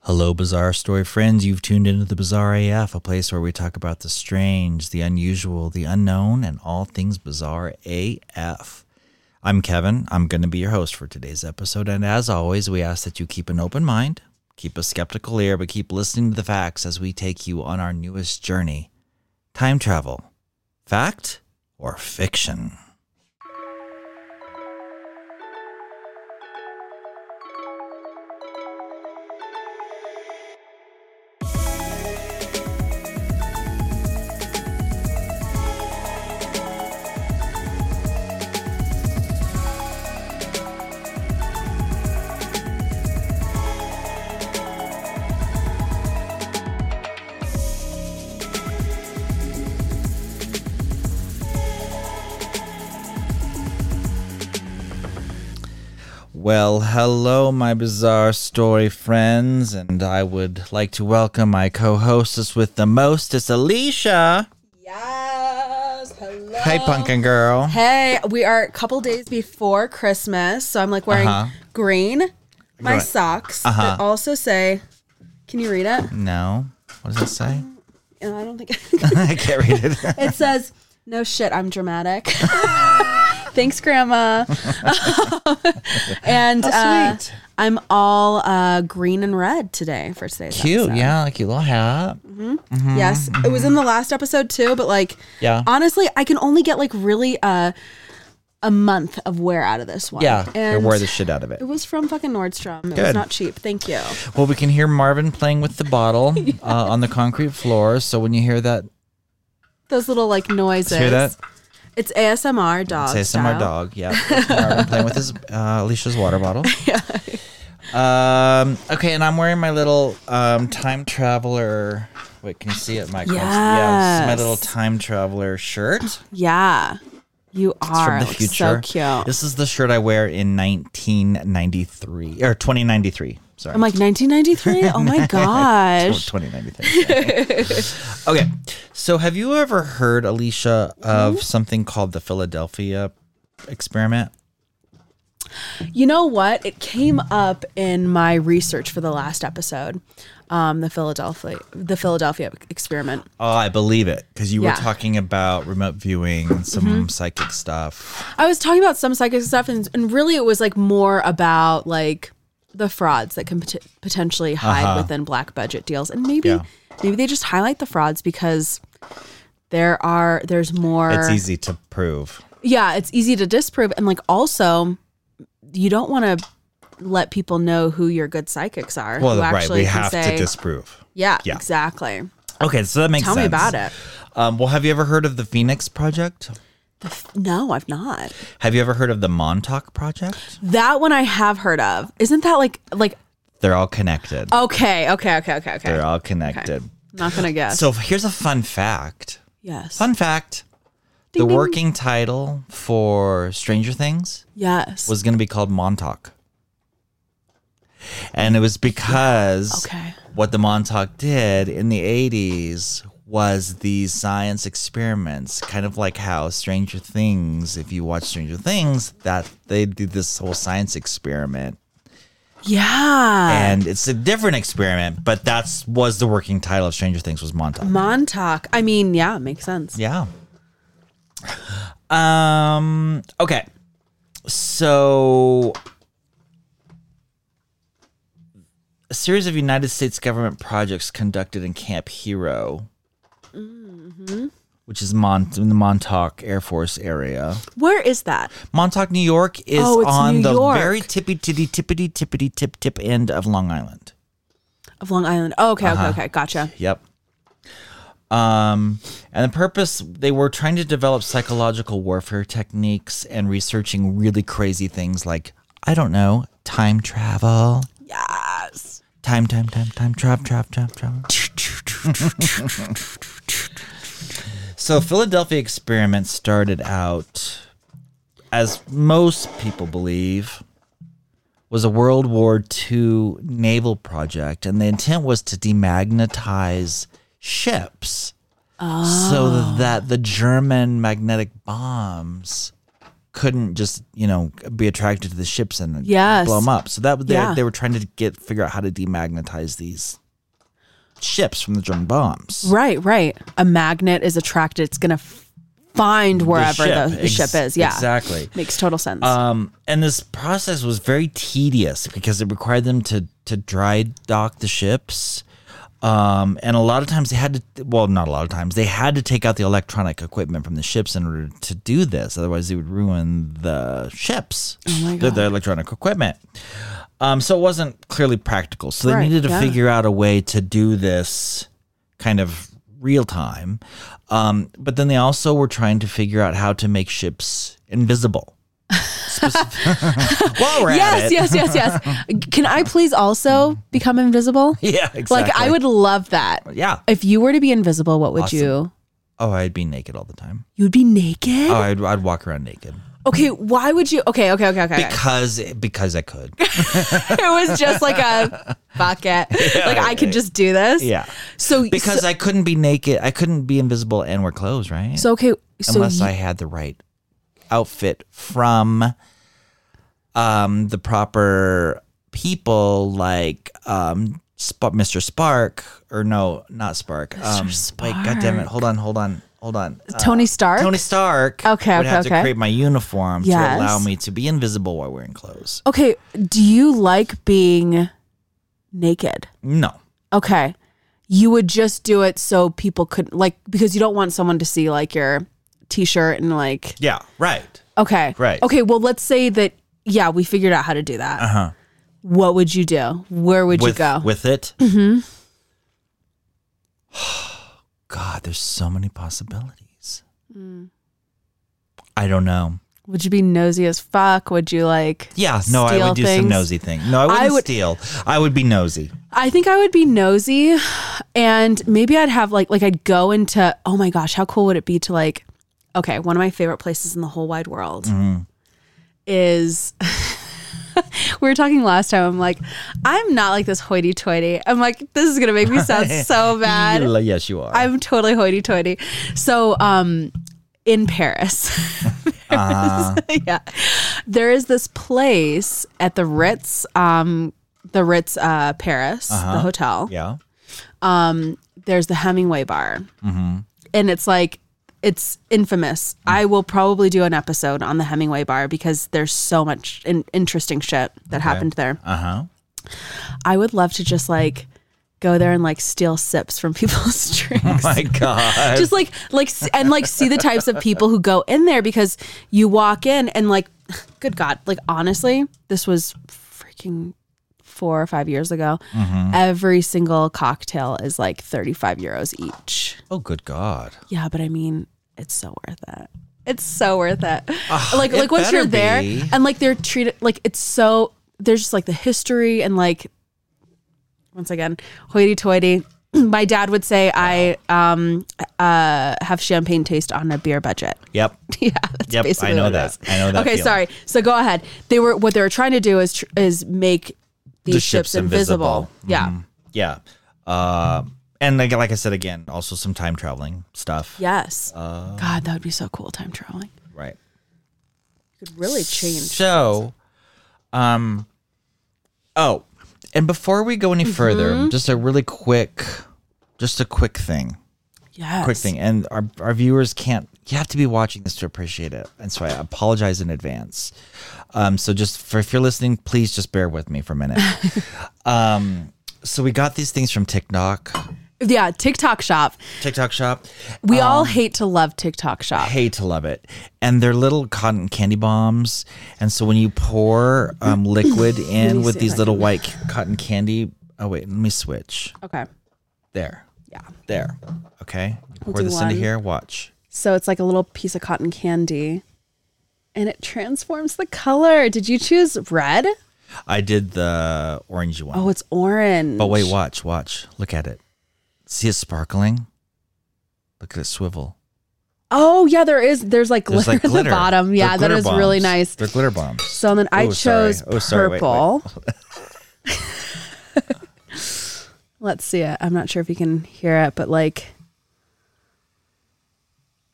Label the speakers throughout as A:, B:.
A: Hello, Bizarre Story friends. You've tuned into the Bizarre AF, a place where we talk about the strange, the unusual, the unknown, and all things Bizarre AF. I'm Kevin. I'm going to be your host for today's episode. And as always, we ask that you keep an open mind, keep a skeptical ear, but keep listening to the facts as we take you on our newest journey time travel. Fact or fiction? Well, hello, my bizarre story friends, and I would like to welcome my co-hostess with the most, it's Alicia.
B: Yes. Hello.
A: Hey, pumpkin girl.
B: Hey, we are a couple days before Christmas, so I'm like wearing
A: Uh-huh.
B: green, my
A: Right.
B: socks
A: Uh-huh.
B: that also say. Can you read it?
A: No, what does it say?
B: No, I don't think
A: I can't read it.
B: it says. No shit, I'm dramatic. Thanks, Grandma. and uh,
A: sweet.
B: I'm all uh, green and red today for today's
A: Cute, Mm-hmm.
B: episode.
A: yeah, like your little hat.
B: Yes, it was in the last episode too, but like,
A: Yeah.
B: honestly, I can only get like really uh, a month of wear out of this one.
A: Yeah, you
B: and
A: wear the shit out of it.
B: it was from fucking Nordstrom. It
A: Good.
B: was not cheap. Thank you.
A: Well, we can hear Marvin playing with the bottle uh, on the concrete floor. So when you hear that,
B: Those little like noises.
A: hear that,
B: It's ASMR dog.
A: say some our
B: style.
A: dog. Yeah, that's Marvin playing with his uh, Alicia's water bottle. Um. Okay, and I'm wearing my little um time traveler. Wait, can you see it, Michael? Yeah, it's my
B: Yes.
A: little time traveler shirt. It's
B: Yeah, you are.
A: from the
B: It looks
A: future.
B: So cute.
A: This is the shirt I wear in 1993 or 2093. Sorry.
B: I'm like 1993. Oh my
A: Oh,
B: Oh gosh.
A: 2093. okay. So, have you ever heard, Alicia,
B: Mm-hmm.
A: of something called the Philadelphia experiment?
B: You know what? It came up in my research for the last episode, um, the Philadelphia, the Philadelphia experiment.
A: Oh, I believe it because you
B: Yeah. Mm-hmm.
A: were talking about remote viewing and some psychic stuff.
B: I was talking about some psychic stuff, and, and really it was like more about like the frauds that can pot- potentially hide within black budget deals, and maybe
A: Uh-huh. Yeah.
B: maybe they just highlight the frauds because there are there's more.
A: It's easy to prove.
B: Yeah, it's easy to disprove, and like also you don't want to let people know who your good psychics are.
A: Well,
B: who
A: right.
B: actually
A: We
B: can
A: have
B: say-
A: to disprove.
B: Yeah,
A: yeah.
B: exactly.
A: Okay, so that makes
B: Tell
A: sense.
B: me about it.
A: Um, well, have you ever heard of the Phoenix Project?
B: No, I've not.
A: Have you ever heard of the Montauk Project?
B: That one I have heard of. Isn't that like like
A: They're all connected.
B: okay, okay, okay, okay, Oh, okay.
A: They're all connected.
B: Not gonna guess.
A: So here's a fun fact.
B: yes.
A: Fun fact. the working title for Stranger Things
B: Yes.
A: was going to be called Montauk. And it was because
B: Okay.
A: what the Montauk did in the 80s was these science experiments, kind of like how Stranger Things, if you watch Stranger Things, that they did this whole science experiment.
B: yeah.
A: And it's a different experiment, but that's was the working title of Stranger Things was Montauk.
B: Montauk. I mean, yeah, makes sense.
A: Yeah. Um. Okay. So, a series of United States government projects conducted in Camp Hero,
B: Mm-hmm.
A: which is Mon- in the Montauk Air Force area.
B: Where is that?
A: Montauk, New York, is
B: Oh, it's
A: on
B: New
A: the
B: York.
A: very tippy titty tippity tippity tip tip end of Long Island.
B: Of Long Island. Oh, okay,
A: Uh-huh.
B: okay, okay. Gotcha.
A: Yep. Um, and the purpose they were trying to develop psychological warfare techniques and researching really crazy things like I don't know time travel,
B: Yes.
A: time time time time travel travel travel travel. so Philadelphia experiment started out as most people believe was a World War II naval project, and the intent was to demagnetize ships so that the German magnetic bombs couldn't just you know be attracted to the ships and
B: Yes.
A: blow them up. So that they,
B: Yeah.
A: they were trying to get figure out how to demagnetize these ships from the German bombs.
B: Right, right. A magnet is attracted. It's gonna f- find wherever the the ship,
A: ex-
B: is. Yeah,
A: exactly.
B: Makes total sense.
A: Um, and this process was very tedious because it required them to to dry dock the ships. Um, and a lot of times they had to, well, not a lot of times, they had to take out the electronic equipment from the ships in order to do this. Otherwise, they would ruin the ships,
B: Oh my
A: the, the electronic equipment. Um, so it wasn't clearly practical. So they
B: Right,
A: needed to
B: yeah.
A: figure out a way to do this kind of real time. Um, but then they also were trying to figure out how to make ships invisible. Specif- While we're
B: yes,
A: at it.
B: yes, yes, yes. Can I please also become invisible?
A: Yeah, exactly.
B: Like I would love that.
A: Yeah.
B: If you were to be invisible, what would
A: Awesome.
B: you?
A: Oh, I'd be naked all the time.
B: You'd be naked.
A: Oh, I'd, I'd walk around naked
B: okay, why would you? Okay, okay, okay, okay.
A: because because I could.
B: it was just like a bucket. like I could just do this.
A: Yeah.
B: So
A: Because I couldn't be naked. I couldn't be invisible and wear clothes, right?
B: so okay. So
A: Unless
B: you-
A: I had the right outfit from um the proper people like um Sp- Mr. Spark or no, not Spark. Um wait, god damn it. Hold on, hold on. Hold on. Uh,
B: Tony Stark.
A: Tony Stark
B: Okay,
A: would
B: okay,
A: have to
B: okay.
A: create my uniform
B: Yes.
A: to allow me to be invisible while wearing clothes.
B: Okay, do you like being naked?
A: No.
B: Okay. You would just do it so people could like because you don't want someone to see like your t-shirt and like
A: Yeah, right.
B: okay.
A: Right.
B: Okay, well let's say that yeah, we figured out how to do that.
A: Uh-huh.
B: What would you do? Where would
A: with,
B: you go?
A: with it? Mm-hmm. God, there's so many possibilities.
B: Mm.
A: I don't know.
B: would you be nosy as fuck? Would you like
A: Yeah, no, I
B: steal
A: would do
B: things?
A: some nosy thing. No, I wouldn't
B: would-
A: steal. I would be nosy.
B: I think I would be nosy and maybe I'd have like like I'd go into oh my gosh, how cool would it be to like okay, one of my favorite places in the whole wide world is we were talking last time. I'm like, I'm not like this hoity toity. I'm like, this is gonna make me sound so bad.
A: You- Yes, you are.
B: I'm totally hoity toity. So um in Paris.
A: Uh,
B: yeah. There is this place at the Ritz, um, the Ritz uh, Paris, the hotel
A: Uh-huh. yeah.
B: there's the Hemingway bar.
A: Mm-hmm.
B: And it's like, it's infamous.
A: Mm.
B: I will probably do an episode on the Hemingway bar because there's so much in- interesting shit that happened there.
A: Uh huh.
B: I would love to just like go there and like steal sips from people's drinks.
A: Oh My God.
B: just like like s- and like see the types of people who go in there because you walk in and like good god like honestly this was freaking 4 or 5 years ago every single cocktail is like 35 euros each
A: oh, good God.
B: yeah, but I mean, it's so worth it. It's so worth it. like
A: Ah, it
B: like once
A: better
B: you're there
A: be.
B: and like they're treated like it's so there's just like the history and like once again, hoity toity. My dad would say I um uh have champagne taste on a beer budget.
A: Yep.
B: yeah, that's
A: Yep.
B: basically
A: I know
B: what it
A: that.
B: is.
A: I know that.
B: Okay,
A: feeling.
B: sorry. So go ahead. They were what they were trying to do is tr- is make these
A: The
B: ships,
A: ship's
B: invisible.
A: invisible. Mm-hmm. Mm.
B: Yeah.
A: Yeah. Uh, and like, like I said again, also some time traveling stuff.
B: Yes.
A: Uh,
B: God, that would be so cool time traveling.
A: Right.
B: You could really change
A: So, um, oh, and before we go any
B: Mm-hmm.
A: further, just a really quick, just a quick thing,
B: Yes.
A: quick thing, and our our viewers can't. You have to be watching this to appreciate it, and so I apologize in advance. Um, so just for if you're listening, please just bear with me for a minute. um, so we got these things from TikTok,
B: Yeah, TikTok shop.
A: TikTok shop.
B: We all hate to love TikTok shop.
A: Um, hate to love it. And they're little cotton candy bombs. And so when you pour um, liquid in with these little white c- cotton candy, oh wait, let me switch.
B: Okay.
A: There,
B: Yeah.
A: there. Okay, You pour
B: do
A: this
B: one.
A: into here. Watch.
B: So it's like a little piece of cotton candy and it transforms the color. Did you choose red?
A: I did the orangey one.
B: Oh, it's orange.
A: but wait, watch, watch. Look at it. See it sparkling. Look at it swivel.
B: Oh, yeah, there is. There's like glitter
A: There's like
B: at
A: glitter.
B: the bottom.
A: They're
B: Yeah, that
A: glitter
B: is really
A: bombs.
B: nice.
A: They're glitter bombs.
B: So then I
A: Oh, sorry.
B: chose
A: Oh, sorry. Wait, wait.
B: purple. Let's see it. I'm not sure if you can hear it, but like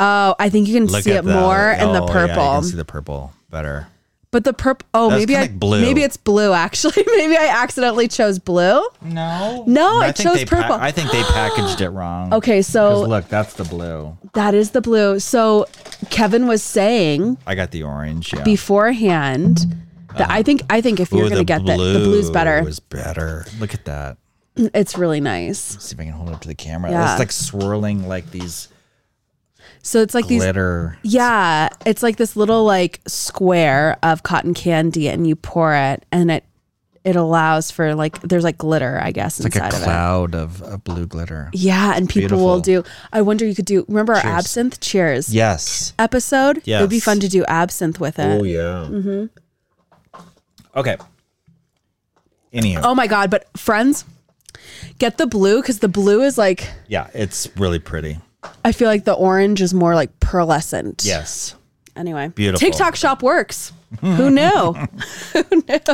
B: Oh, I think you can
A: Look
B: see
A: at
B: it
A: the-
B: more in the
A: oh, yeah, you
B: purple.
A: can see the purple better.
B: but the purple. Oh,
A: That's
B: maybe I
A: kinda blue.
B: maybe it's blue. Actually, maybe I accidentally chose blue.
A: No,
B: No, it
A: think
B: shows
A: they pa-
B: purple.
A: I think they packaged it wrong.
B: Okay,
A: 'Cause
B: so
A: look, that's the blue.
B: that is the blue. So Kevin was saying
A: I got the orange. Yeah.
B: beforehand that I think I think if you're
A: Uh, Ooh,
B: gonna get that, the blue's better.
A: Is better. Look at that.
B: It's really nice.
A: Let's see if I can hold it up to the camera.
B: Yeah.
A: It's like swirling like these
B: So it's like these
A: glitter.
B: Yeah, it's like this little like square of cotton candy, and you pour it, and it it allows for like there's like glitter, I guess,
A: It's like
B: inside
A: a
B: of it.
A: cloud of, of blue glitter.
B: Yeah, and people will do. I wonder you could do. Remember our absinthe cheers
A: Yes.
B: episode? it would be
A: Yes.
B: fun to do absinthe with it.
A: yeah. Mm-hmm. Okay. Anywho,
B: Mm-hmm. Oh my god! But friends, get the blue because the blue is like
A: yeah, it's really pretty.
B: I feel like the orange is more like pearlescent.
A: Yes.
B: Anyway,
A: Beautiful.
B: TikTok shop works. Who knew?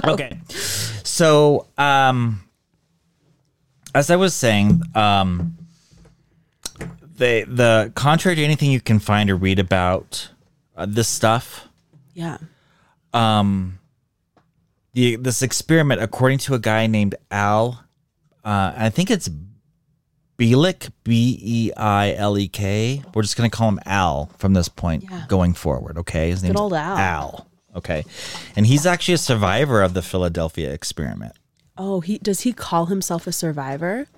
A: Okay. So, um, as I was saying, um, they the contrary to anything you can find or read about uh, this stuff,
B: yeah.
A: the, this experiment, according to a guy named Al, uh, I think it's Bielik, B E I L E K. We're just going to call him Al from this point
B: Yeah.
A: going forward. Okay. His name's
B: old Al.
A: Al. Okay. And he's actually a survivor of the Philadelphia experiment.
B: Oh, he does he call himself a survivor?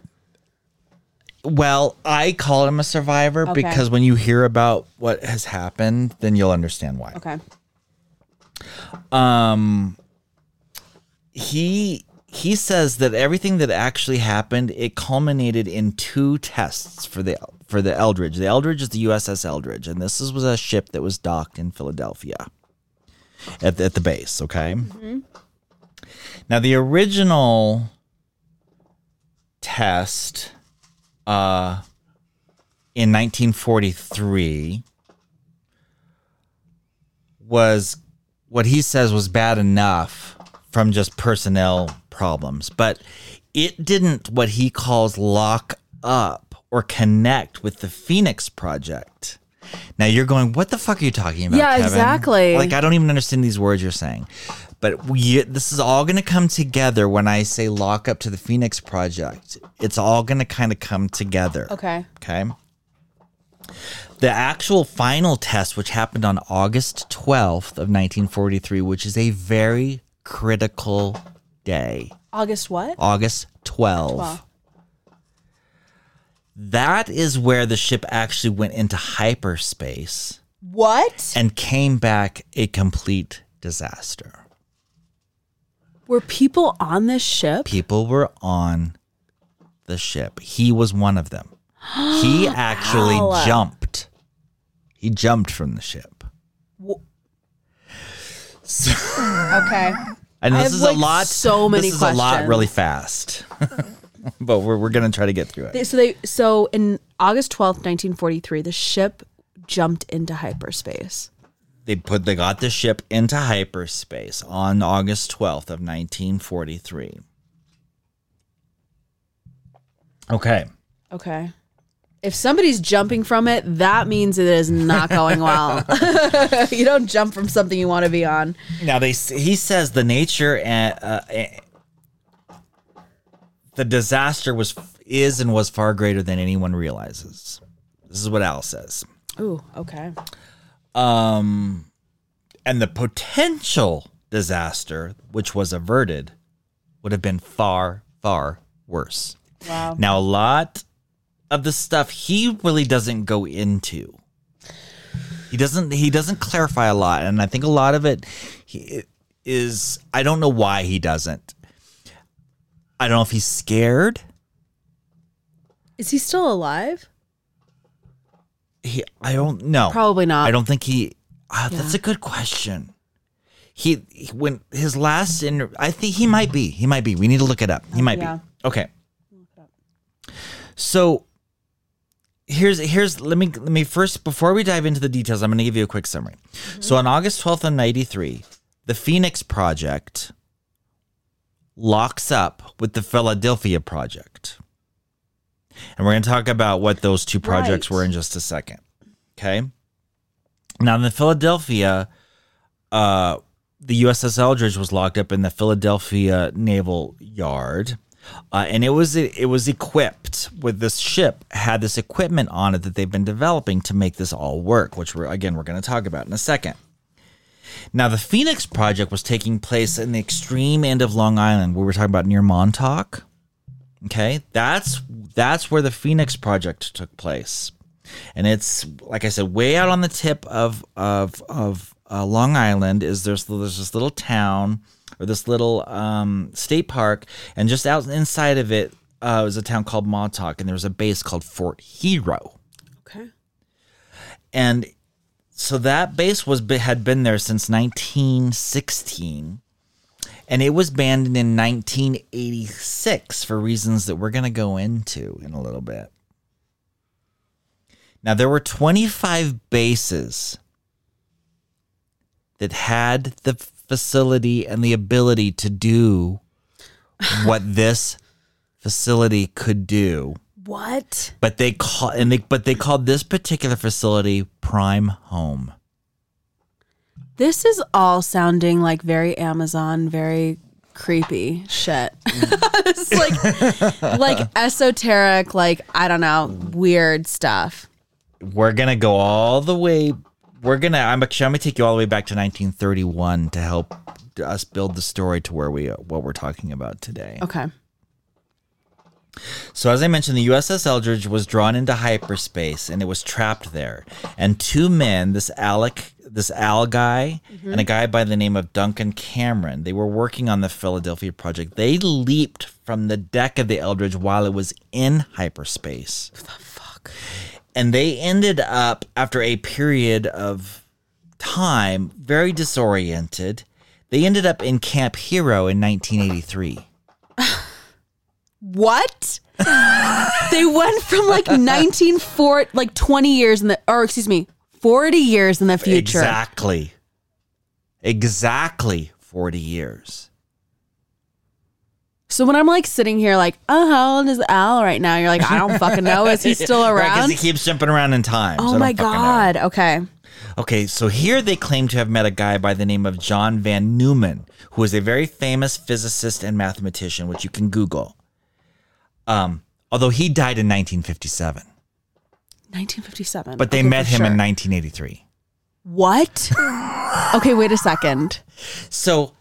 A: Well, I call him a survivor
B: Okay.
A: because when you hear about what has happened, then you'll understand why.
B: Okay.
A: He he says that everything that actually happened it culminated in two tests for the for the Eldridge. The Eldridge is the USS Eldridge, and this is, was a ship that was docked in Philadelphia at the, at the base. Okay.
B: Mm-hmm.
A: Now the original test uh, in 1943 was what he says was bad enough from just personnel problems, but it didn't what he calls lock up or connect with the Phoenix Project. Now you're going, what the fuck are you talking about?
B: Yeah,
A: Kevin?"
B: exactly.
A: Like I don't even understand these words you're saying. But we, this is all going to come together when I say lock up to the Phoenix Project. It's all going to kind of come together.
B: Okay.
A: Okay. The actual final test, which happened on August 12th of 1943, which is a very critical day,
B: August what?
A: August 12.
B: Wow.
A: That is where the ship actually went into hyperspace
B: What?
A: and came back a complete disaster.
B: Were people on this ship?
A: people were on the ship. He was one of them. He actually
B: Ow.
A: jumped. He jumped from the ship.
B: Wh-
A: So,
B: Okay.
A: and
B: I
A: this
B: have,
A: is
B: like,
A: a lot.
B: so many
A: This is a lot
B: questions.
A: really fast, but we're we're gonna try to get through it.
B: They- so they so in August 12th, 1943, the ship jumped into hyperspace.
A: They put they got the ship into hyperspace on August twelfth of nineteen forty three. Okay.
B: Okay. If somebody's jumping from it, that means it is not going well. you don't jump from something you want to be on.
A: Now they he says the nature and uh, eh, the disaster was is and was far greater than anyone realizes. This is what Al says.
B: Ooh, okay.
A: Um, and the potential disaster, which was averted, would have been far far worse.
B: Wow.
A: Now a lot of the stuff he really doesn't go into. He doesn't he doesn't clarify a lot and I think a lot of it he it is I don't know why he doesn't. I don't know if he's scared.
B: Is he still alive?
A: He I don't know.
B: Probably not.
A: I don't think he uh, that's a good question. He, he- when his last inter- I think he might be. He might be. We need to look it up. He might
B: Yeah.
A: be. Okay. So here's here's let me let me first before we dive into the details i'm going to give you a quick summary so on august 12th of 93 the phoenix project locks up with the philadelphia project and we're going to talk about what those two projects
B: Right.
A: were in just a second okay Now, in the Philadelphia, uh, the USS Eldridge was locked up in the Philadelphia Naval Yard, uh, and it was it was equipped with this ship had this equipment on it that they've been developing to make this all work, which we're again we're going to talk about in a second. Now, the Phoenix project was taking place in the extreme end of Long Island, where we're talking about near Montauk. Okay, that's that's where the Phoenix project took place, and it's like I said, way out on the tip of of of uh, Long Island. Is there's there's this little town or this little um, state park, and just out inside of it uh, is a town called Montauk, and there was a base called Fort Hero,
B: Okay.
A: and so that base was had been there since 1916 and it was banned in 1986 for reasons that we're going to go into in a little bit now there were 25 bases that had the facility and the ability to do what this facility could do
B: What?
A: but they call and they but they called this particular facility Prime Home.
B: This is all sounding like very Amazon, very creepy shit. it's like like esoteric, like I don't know, weird stuff.
A: We're gonna go all the way. We're gonna. I'm actually. I'm gonna take you all the way back to 1931 to help us build the story to where we what we're talking about today.
B: Okay.
A: So, as I mentioned, the USS Eldridge was drawn into hyperspace and it was trapped there. And two men, this Alec, this Al guy, and a guy by the name of Duncan Cameron, they were working on the Philadelphia project. They leaped from the deck of the Eldridge while it was in hyperspace. What the fuck? And they ended up, after a period of time, very disoriented. They ended up in Camp Hero in 1983.
B: What? they went from like 194 like 20 years in the or excuse me, 40 years in the future.
A: Exactly. Exactly 40 years.
B: So when I'm like sitting here like, "Oh, how old is Al right now?" You're like, "I don't fucking know. Is he still
A: Right, 'cause
B: around?"
A: he keeps jumping around in time. so I
B: oh
A: don't
B: my
A: fucking know.
B: god. Okay.
A: Okay, so here they claim to have met a guy by the name of John Van Neumann, who is a very famous physicist and mathematician, which you can Google. Um, although he died in 1957,
B: 1957.
A: but they
B: Okay,
A: met
B: for
A: him in
B: sure.
A: 1983.
B: What? okay, wait a second.
A: So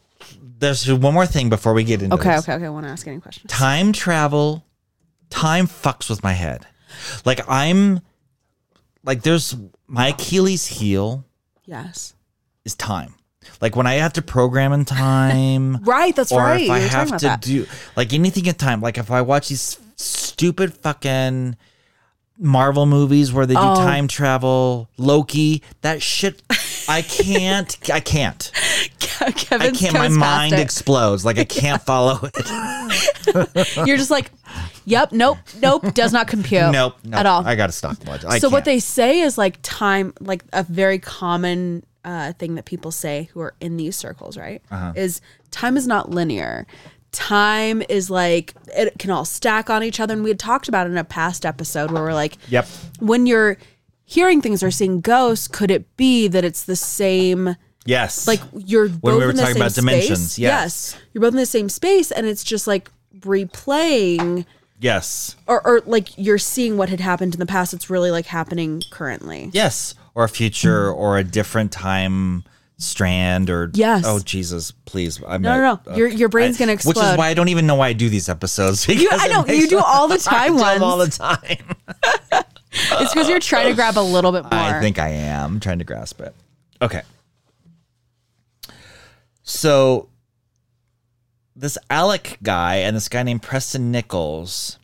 A: there's one more thing before we get into
B: Okay,
A: this.
B: okay, okay. I want to ask any questions.
A: time travel time fucks with my head like i'm like there's my achilles heel
B: Yes.
A: is time like when i have to program in time
B: Right, that's
A: or
B: right.
A: if
B: You
A: i
B: were talking
A: have
B: about
A: to
B: that.
A: do like anything in time like if i watch these stupid fucking marvel movies where they do
B: Oh.
A: time travel loki that shit i can't i can't i
B: Kevin's
A: can't my
B: goes past
A: mind
B: it.
A: explodes like i can't follow it
B: You're just like, yep, nope, nope, does not compute.
A: nope, nope
B: At all.
A: i gotta stop watching I
B: so what
A: can't.
B: they say is like time, like a very common uh, thing that people say who are in these circles, right?
A: Uh-huh.
B: Is time is not linear. Time is like it can all stack on each other, and we had talked about it in a past episode where we're like,
A: Yep.
B: when you're hearing things or seeing ghosts, could it be that it's the same?
A: Yes.
B: Like you're both
A: we were
B: in the
A: talking
B: same
A: about
B: space.
A: dimensions, yes.
B: you're both in the same space, and it's just like replaying,
A: yes,
B: or, or like you're seeing what had happened in the past. It's really like happening currently.
A: yes, or a future
B: Mm.
A: or a different time strand or
B: Yes.
A: Oh Jesus, please! I'm
B: No, no, no. Your your brain's gonna explode.
A: Which is why I don't even know why I do these episodes.
B: you,
A: because
B: I
A: it
B: know
A: makes
B: you do
A: me-
B: all the
A: I
B: time
A: do
B: ones.
A: them all the time.
B: it's because you're trying to grab a little bit more.
A: uh, I think I am trying to grasp it. Okay. So this Alec guy and this guy named Preston Nichols,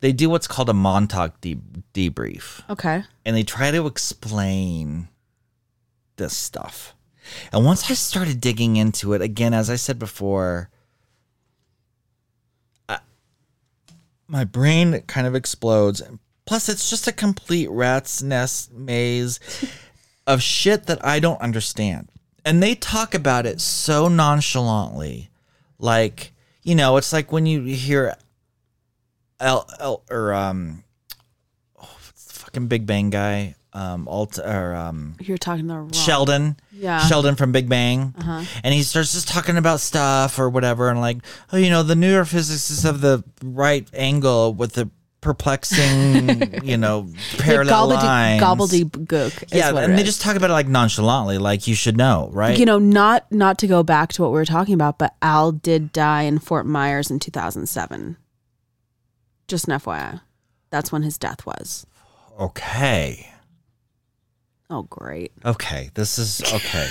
A: they do what's called a Montauk de- debrief.
B: Okay.
A: and they try to explain this stuff. And once I started digging into it, again, as I said before, I, my brain kind of explodes. Plus, it's just a complete rat's nest maze of shit that I don't understand. And they talk about it so nonchalantly. Like, you know, it's like when you hear L, L or um oh, what's the fucking Big Bang guy? um, Alt or um,
B: You're talking the wrong.
A: Sheldon.
B: Yeah. Uh-huh.
A: Sheldon from Big Bang. And he starts just talking about stuff or whatever and like, oh, you know, the neurophysics is of the right angle with the perplexing, you know,
B: The
A: parallel lines.
B: gobbledygook. Is
A: yeah,
B: what
A: and
B: it
A: they
B: is.
A: just talk about it like nonchalantly, like you should know, right?
B: you know, not not to go back to what we were talking about, but Al did die in Fort Myers in 2007. Just an FYI, that's when his death was.
A: okay.
B: Oh, great!
A: Okay. This is okay.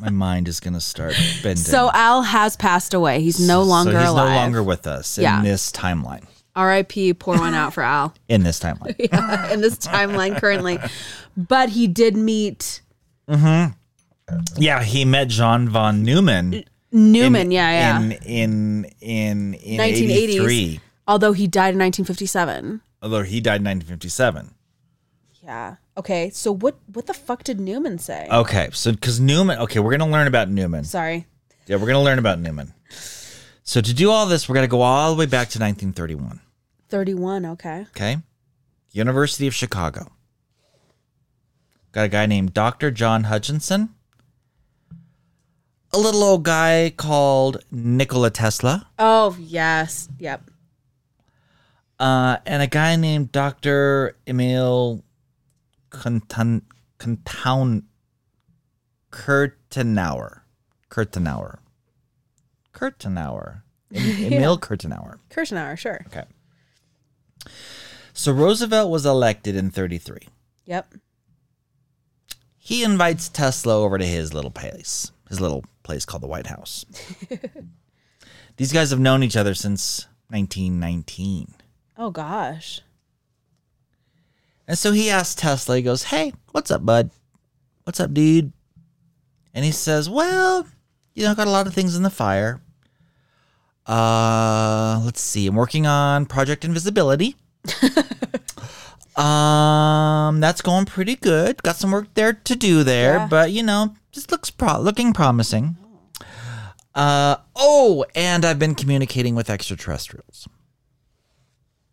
A: My mind is gonna start bending.
B: So Al has passed away. He's
A: So
B: no longer
A: he's
B: alive.
A: no longer with us
B: Yeah.
A: in this timeline.
B: R.I.P. Pour one out for Al.
A: In this timeline.
B: yeah, in this timeline currently, but he did meet
A: yeah, he met John von Neumann.
B: Newman. yeah, yeah.
A: in in in in
B: 1980s.
A: 83
B: Although he died in 1957.
A: although he died in 1957
B: Yeah. Okay. So what what the fuck did Newman say?
A: okay so because newman okay we're gonna learn about newman
B: Sorry.
A: yeah we're gonna learn about newman so to do all this we're gonna go all the way back to 1931
B: 31. Okay.
A: okay university of chicago got a guy named dr john hutchinson a little old guy called nikola tesla
B: Oh yes. Yep.
A: uh, and a guy named Dr. Emil Kuntan, Kuntown Kurtenauer. Kurtenauer. Kurtenauer. Em- Emil Kurtenauer.
B: Kirschenauer. Sure.
A: Okay. So Roosevelt was elected in 33.
B: Yep.
A: He invites Tesla over to his little place, his little place called the White House. These guys have known each other since 1919.
B: Oh gosh.
A: And so he asks Tesla, he goes, Hey, what's up, bud? What's up, dude? And he says, Well, you know, I got a lot of things in the fire. Uh, let's see. I'm working on Project Invisibility. um, that's going pretty good. Got some work there to do there,
B: Yeah.
A: but you know, just looks pro- looking promising. Uh, oh, and I've been communicating with extraterrestrials.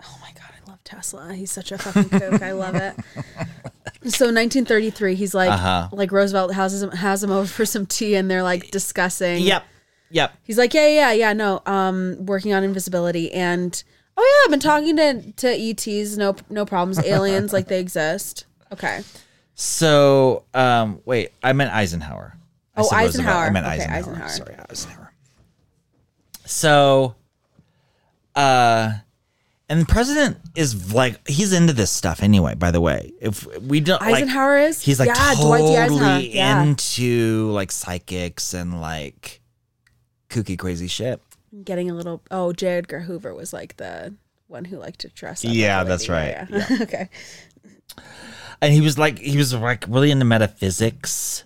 B: Oh my god. I love Tesla. He's such a fucking coke. I love it. So 1933, he's like, like Roosevelt has him, has him over for some tea, and they're like discussing.
A: Yep. Yep.
B: He's like, yeah, yeah, yeah, no, um, working on invisibility and oh yeah, I've been talking to to ETs, no no problems, aliens like they exist. Okay.
A: So, um, wait, I meant Eisenhower. I
B: Oh,
A: said Roosevelt.
B: Eisenhower.
A: I meant
B: Okay,
A: Eisenhower.
B: Eisenhower.
A: Sorry, Eisenhower. So, uh, and the president is like, he's into this stuff anyway, by the way. If we don't, like-
B: Eisenhower is?
A: He's like
B: Yeah, Dwight D. Eisenhower.
A: totally
B: Yeah.
A: into like psychics and like kooky, crazy shit.
B: Getting a little oh, J. Edgar Hoover was like the one who liked to dress up.
A: Yeah,
B: like a
A: that's
B: lady. Yeah, yeah. okay.
A: and he was like he was like really into metaphysics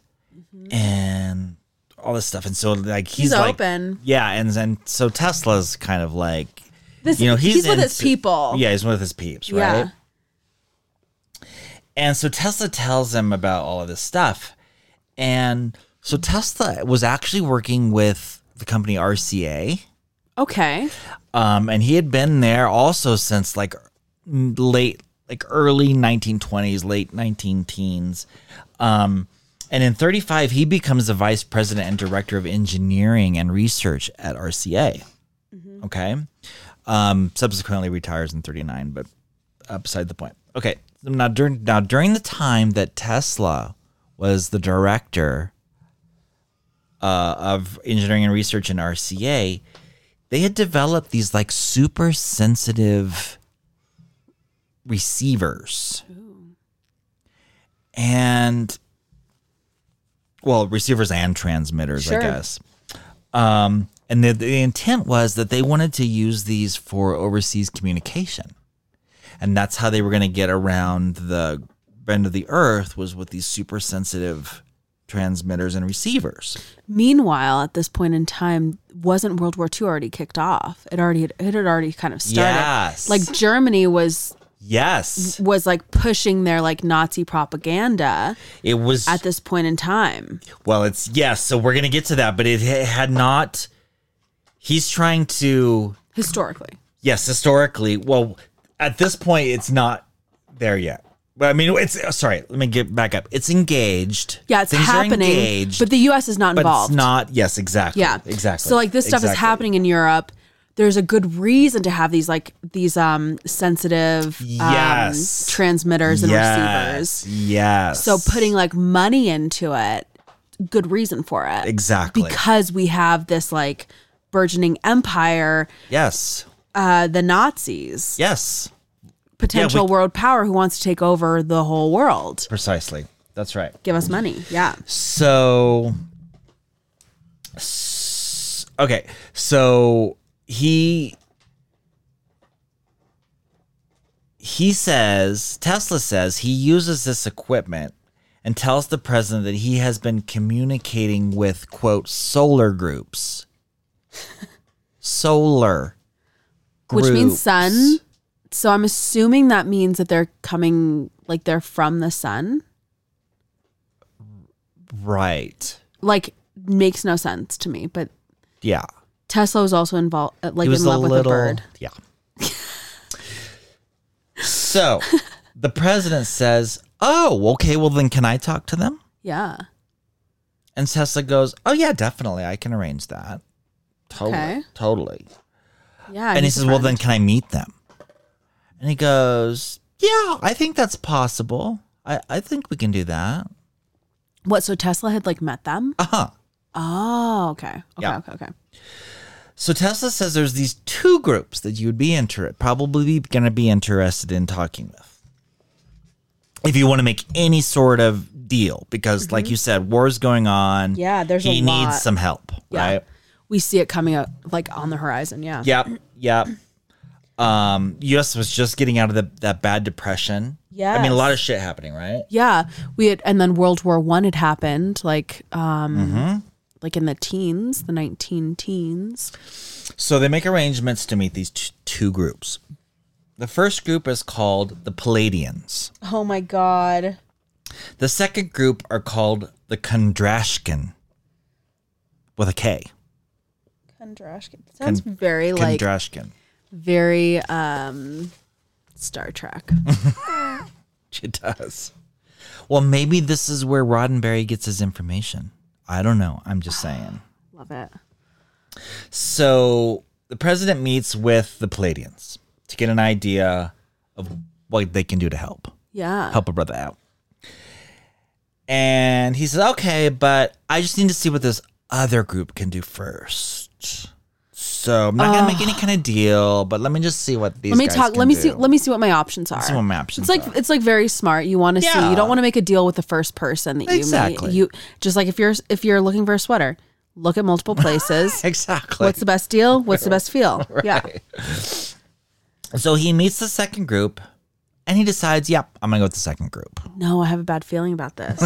A: and all this stuff and so like he's,
B: Mm-hmm. He's
A: like-
B: open.
A: yeah and then so tesla's kind of like
B: This
A: you know he's,
B: he's, with his
A: into-
B: people.
A: yeah he's with his peeps right
B: Yeah.
A: and so tesla tells him about all of this stuff and so tesla was actually working with the company rca
B: Okay.
A: um, and he had been there also since like n- late, like early 1920s, late 19 teens. Um, and in 35, he becomes the vice president and director of engineering and research at RCA. Okay. Um, subsequently retires in 39, but uh, beside the point. Okay. Now during now during the time that Tesla was the director uh, of engineering and research in RCA, they had developed these like super sensitive receivers. And well, receivers and transmitters,
B: Sure.
A: I guess. Um, and the, the intent was that they wanted to use these for overseas communication. And that's how they were going to get around the bend of the earth was with these super sensitive transmitters and receivers.
B: Meanwhile, at this point in time, wasn't World War II already kicked off? It already had, it had already kind of started.
A: Yes.
B: Like Germany was
A: Yes.
B: was like pushing their like Nazi propaganda
A: It was
B: at this point in time.
A: Well, it's yes. So we're gonna get to that, but it ha- had not. He's trying to
B: Historically.
A: yes, historically. Well, at this point, it's not there yet. But I mean, it's uh, sorry. Let me get back up. It's engaged.
B: Yeah, it's
A: Things are
B: happening.
A: engaged,
B: but the US is not
A: but
B: involved.
A: it's not. Yes, exactly.
B: Yeah.
A: exactly.
B: So like this stuff is
A: exactly.
B: happening in Europe. There's a good reason to have these like these um sensitive
A: Yes.
B: um, transmitters and
A: yes,
B: receivers.
A: Yes.
B: So putting like money into it, good reason for it.
A: exactly.
B: Because we have this like burgeoning empire,
A: yes.
B: uh, the Nazis,
A: Yes.
B: potential world power who wants to take over the whole world.
A: Precisely. That's right.
B: Give us money. Yeah.
A: So, s- okay. So he he says Tesla says he uses this equipment and tells the president that he has been communicating with quote solar groups. solar
B: Which means
A: groups.
B: sun. So I'm assuming that means that they're coming like they're from the sun.
A: Right.
B: Like makes no sense to me, but
A: Yeah.
B: Tesla was also involved uh, like
A: He was
B: in
A: a
B: love with a
A: little
B: bird.
A: yeah so the president says oh okay well then can i talk to them
B: Yeah.
A: and tesla goes oh yeah definitely i can arrange that totally
B: Okay.
A: totally
B: Yeah.
A: and he
B: he's a
A: says well
B: friend.
A: then can i meet them and he goes yeah i think that's possible i, I think we can do that
B: what so Tesla had like met them?
A: uh-huh
B: Oh, okay. Okay,
A: Yeah.
B: okay, okay.
A: So Tesla says there's these two groups that you would be inter- probably going to be interested in talking with. If you want to make any sort of deal because like you said war's going on.
B: Mm-hmm. Yeah, there's a
A: he
B: lot.
A: needs some help,
B: Yeah.
A: right?
B: We see it coming up like on the horizon. Yeah.
A: Yep, yep. Um US was just getting out of the, that bad depression. I mean a lot of shit happening, right?
B: Yeah, we had, and then World War One had happened, like, um,
A: Mm-hmm.
B: like in the teens, the nineteen teens.
A: So they make arrangements to meet these t- two groups. The first group is called the Palladians.
B: Oh my God!
A: The second group are called the Kondrashkin with a K.
B: Kondrashkin sounds very like
A: Kondrashkin.
B: very um, Star Trek.
A: She does. Well, maybe this is where Roddenberry gets his information. I don't know. I'm just saying.
B: Love it.
A: So the president meets with the Palladians to get an idea of what they can do to help.
B: Yeah.
A: help a brother out. And he says, okay, but I just need to see what this other group can do first. So I'm not gonna make any kind of deal, but let me just see what these.
B: Let me
A: guys
B: talk.
A: can
B: Let me
A: do.
B: see. Let me see what my options are.
A: see what my options
B: It's like it's like very smart. You want to see.
A: Yeah.
B: You don't want to make a deal with the first person that you
A: Exactly.
B: meet. You just like if you're if you're looking for a sweater, look at multiple places.
A: exactly.
B: What's the best deal? What's the best feel? Yeah.
A: so he meets the second group, and he decides, yep, I'm gonna go with the second group.
B: No, I have a bad feeling about this.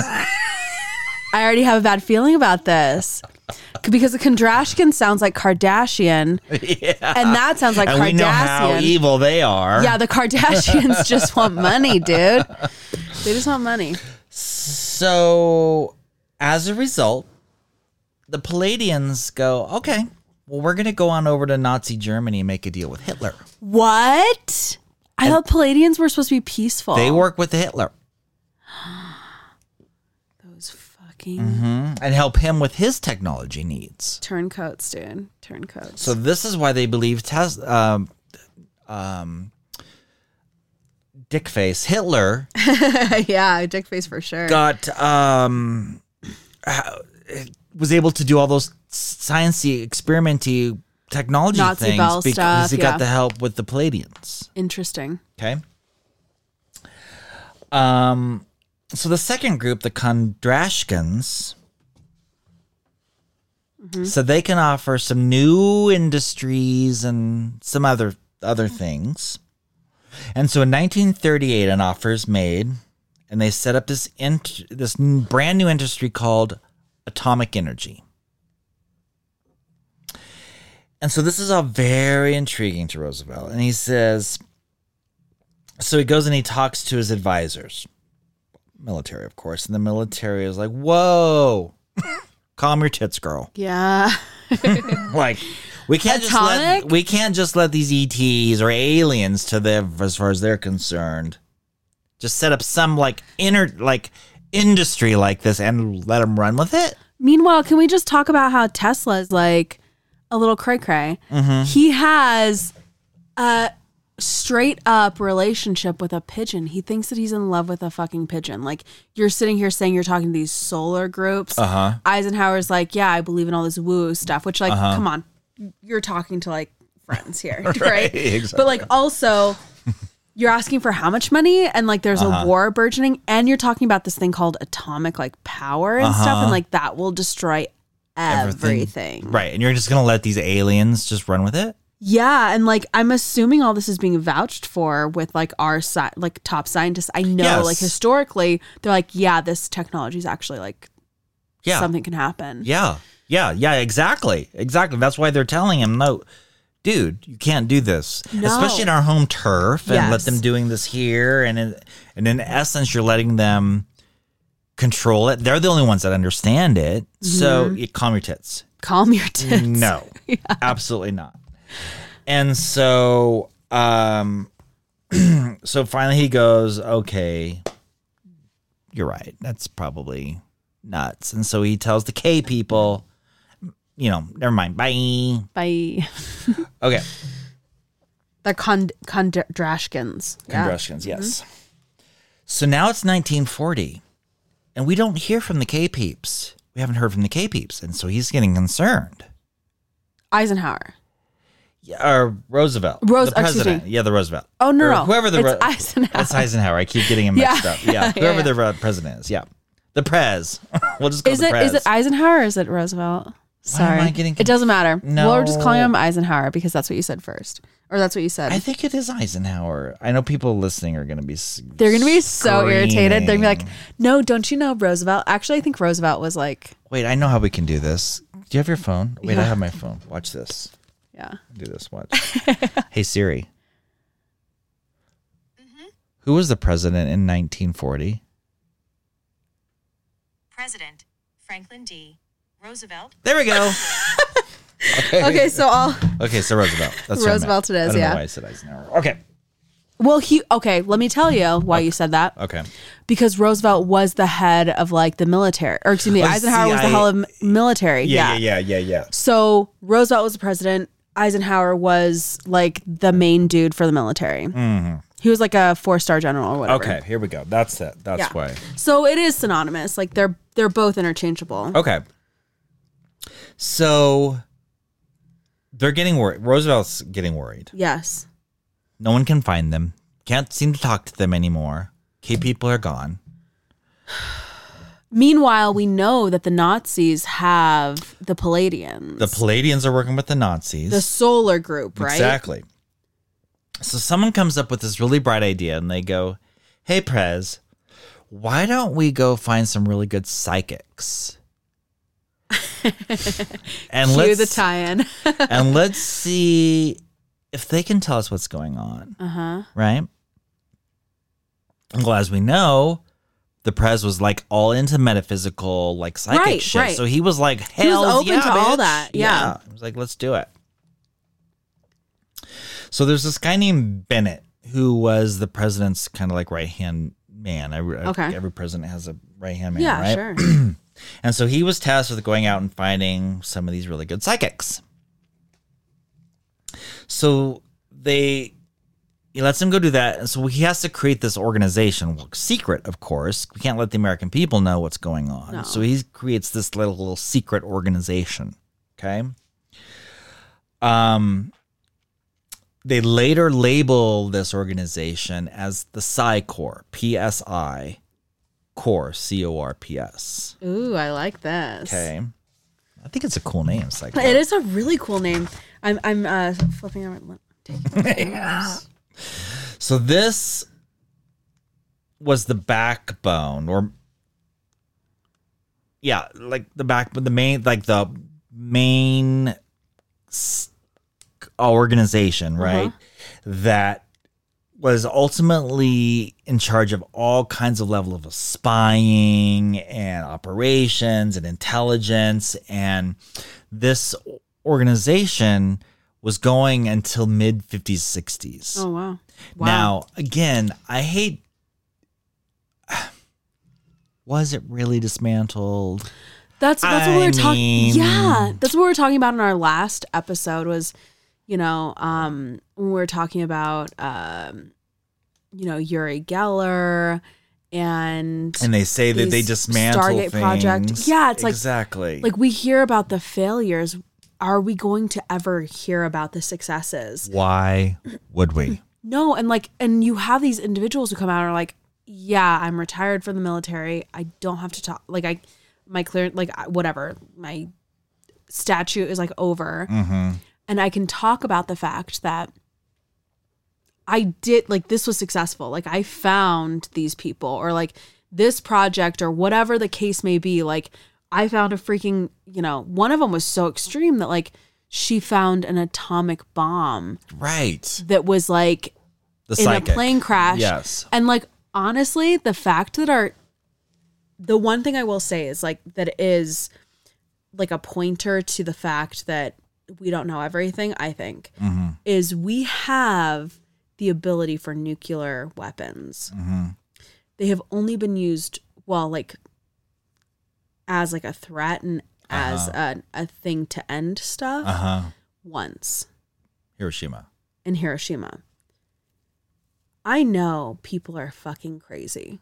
B: I already have a bad feeling about this C- because the Kondrashkin sounds like Kardashian, and that sounds like
A: And we know how
B: Kardashian.
A: evil they are.
B: Yeah, the Kardashians just want money, dude. They just want money.
A: So, as a result, the Palladians go, okay, well, we're going to go on over to Nazi Germany and make a deal with Hitler.
B: What? I thought Palladians were supposed to be peaceful.
A: They work with Hitler
B: those fucking
A: Mm-hmm. and help him with his technology needs.
B: turncoats, dude. Turncoats.
A: So, this is why they believe Tes- um, um, Dickface Hitler
B: yeah, dick face for sure.
A: got um, uh, was able to do all those sciencey, experimenty technology
B: Nazi
A: things
B: bell
A: because
B: stuff,
A: he
B: yeah.
A: got the help with the Palladians.
B: Interesting.
A: Okay. Um, so the second group, the Kondrashkins, so they can offer some new industries and some other other things. And so in 1938, an offer is made, and they set up this int- this n- brand new industry called atomic energy. And so this is all very intriguing to Roosevelt, and he says. So he goes and he talks to his advisors, military, of course. And the military is like, whoa, calm your tits, girl.
B: Yeah.
A: Like, we can't just let E
B: Atomic?
A: we can't just let these ETs or aliens to them as far as they're concerned Just set up some like inner like industry like this and let them run with it.
B: Meanwhile, can we just talk about how Tesla is like a little cray cray? He has a straight up relationship with a pigeon. He thinks that he's in love with a fucking pigeon. Like you're sitting here saying you're talking to these solar groups.
A: Uh-huh.
B: Eisenhower's like, yeah, I believe in all this woo stuff. Which, like, come on, you're talking to like friends here, right? But like, also. You're asking for how much money, and like there's
A: Uh-huh.
B: a war burgeoning, and you're talking about this thing called atomic like power and stuff, and like that will destroy everything.
A: Uh-huh. Right. And you're just going to let these aliens just run with it?
B: Yeah, and like I'm assuming all this is being vouched for with like our sci- like top scientists. I know
A: Yes.
B: like historically they're like, yeah, this technology is actually like
A: Yeah.
B: something can happen.
A: Yeah. Yeah. Yeah. Exactly. Exactly. That's why they're telling him, no, dude, you can't do this,
B: No.
A: especially in our home turf and let
B: Yes.
A: them doing this here. And in, and in essence, you're letting them control it. They're the only ones that understand it. So
B: Mm-hmm.
A: you calm your tits.
B: Calm your tits.
A: No, absolutely not. And so, um, so finally he goes, okay, you're right. That's probably nuts. And so he tells the K people, you know, never mind. Bye.
B: By
A: Okay.
B: the Kond- Kondrashkins. Yeah.
A: Congressions. Yes.
B: Mm-hmm.
A: So now it's 1940 and we don't hear from the K peeps. We haven't heard from the K peeps. And so he's getting concerned.
B: Eisenhower.
A: Yeah, or Roosevelt.
B: Rose-
A: the
B: excuse me.
A: president. Yeah, the Roosevelt.
B: Oh, no,
A: Or
B: no.
A: Whoever the
B: It's
A: Ro-
B: Eisenhower.
A: That's Eisenhower. I keep getting him
B: Yeah.
A: mixed up. Yeah,
B: Yeah,
A: whoever
B: yeah.
A: the re- president is. Yeah, the Prez. we'll just call
B: Is
A: the
B: it
A: Prez.
B: is it Eisenhower or is it Roosevelt?
A: Why am
B: Sorry.
A: I getting
B: it doesn't matter.
A: No.
B: Well, we're just calling him Eisenhower because that's what you said first. Or that's what you said.
A: I think it is Eisenhower. I know people listening are going to be. s-
B: they're gonna be so irritated. They're gonna be like,
A: screaming.
B: "No, don't you know Roosevelt?" Actually, I think Roosevelt was like,
A: "Wait, I know how we can do this. Do you have your phone? Wait, I
B: Yeah.
A: have my phone. Watch this.
B: "Yeah,
A: Do this. Watch. hey Siri.
C: Mm-hmm.
A: Who was the president in 1940?
C: President Franklin D. Roosevelt.
A: There we go.
B: okay." So all
A: Okay, so Roosevelt. That's what I meant.
B: Roosevelt it is,
A: I don't
B: yeah.
A: Know why I said Eisenhower. Okay.
B: well, he okay. Let me tell you why you said that
A: Okay.
B: because Roosevelt was the head of like the military, or excuse me,
A: Oh,
B: Eisenhower was the
A: CIA.
B: head of m- military. Yeah,
A: yeah, yeah, yeah.
B: So Roosevelt was the president. Eisenhower was like the main dude for the military. He was like a four star general or whatever.
A: Mm-hmm. Okay, here we go. That's it. That's
B: Yeah.
A: why.
B: So it is synonymous. Like they're they're both interchangeable.
A: Okay. So they're getting worried. Roosevelt's getting worried.
B: Yes.
A: No one can find them. Can't seem to talk to them anymore. K people are gone.
B: Meanwhile, we know that the Nazis have the Palladians,
A: The Palladians are working with the Nazis.
B: the solar group, right?
A: Exactly. So someone comes up with this really bright idea and they go, Hey, Prez, why don't we go find some really good psychics? and
B: Cue
A: let's
B: the tie-in.
A: and let's see if they can tell us what's going on,
B: uh huh.
A: right? Well, as we know, the Prez was like all into metaphysical, like psychic
B: Right,
A: shit.
B: right.
A: So he was like,
B: was
A: hell
B: open
A: yeah,
B: to all
A: bitch."
B: that, yeah.
A: He was like, let's do it. So there's this guy named Bennett who was the president's kind of like right hand man. I, I-
B: Okay.
A: Every president has a right hand man,
B: Yeah,
A: right?
B: sure.
A: And so he was tasked with going out and finding some of these really good psychics. So they he lets him go do that. And so he has to create this organization, well, secret, of course. We can't let the American people know what's going on.
B: No.
A: So he creates this little, little secret organization. Okay. Um, they later label this organization as the Psi Corps, P S I, Corps, C O R P S.
B: Ooh, I like this.
A: Okay. I think it's a cool name. It's like
B: It is a really cool name. I'm I'm uh, flipping over. Oh, let- take-
A: so this was the backbone or yeah, like the back the main like the main s- organization, right? That was ultimately in charge of all kinds of level of spying and operations and intelligence and this organization was going until mid 50s 60s
B: Oh wow. Wow.
A: now again i hate Was it really dismantled?
B: That's that's what we
A: I
B: were talking.
A: mean-
B: Yeah, that's what we were talking about in our last episode. Was you know um, when we were talking about um, you know Yuri Geller and
A: And they say that they
B: These
A: dismantle
B: Stargate
A: things.
B: project. Yeah, it's like-
A: exactly
B: like we hear about the failures. Are we going to ever hear about the successes?
A: why would we?
B: No, and like, and you have these individuals who come out and are like, yeah, I'm retired from the military. I don't have to talk. Like, I, my clear, like, I- whatever, my statute is like over.
A: Mm-hmm.
B: And I can talk about the fact that I did, like, this was successful. Like, I found these people or like this project or whatever the case may be. Like, I found a freaking, you know, one of them was so extreme that like she found an atomic bomb
A: Right.
B: that was like,
A: The
B: in
A: psychic.
B: a plane crash.
A: Yes.
B: And like honestly, the fact that our the one thing I will say is like that it is like a pointer to the fact that we don't know everything, I think,
A: Mm-hmm.
B: is we have the ability for nuclear weapons.
A: Mm-hmm.
B: They have only been used well like as like a threat and as a, a thing to end stuff
A: Uh huh.
B: once
A: Hiroshima.
B: in Hiroshima. I know people are fucking crazy.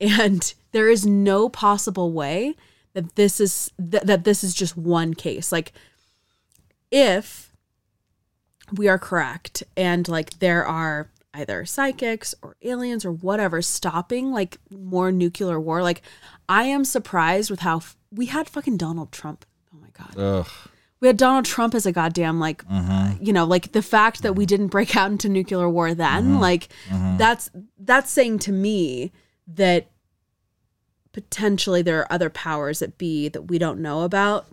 B: And there is no possible way that this is th- that this is just one case. Like if we are correct and like there are either psychics or aliens or whatever stopping like more nuclear war, like I am surprised with how f- we had fucking Donald Trump. Oh my god
A: Ugh.
B: we had Donald Trump as a goddamn like uh,
A: Mm-hmm.
B: you know like the fact that we didn't break out into nuclear war then
A: Mm-hmm.
B: like that's that's saying to me that potentially there are other powers that be that we don't know about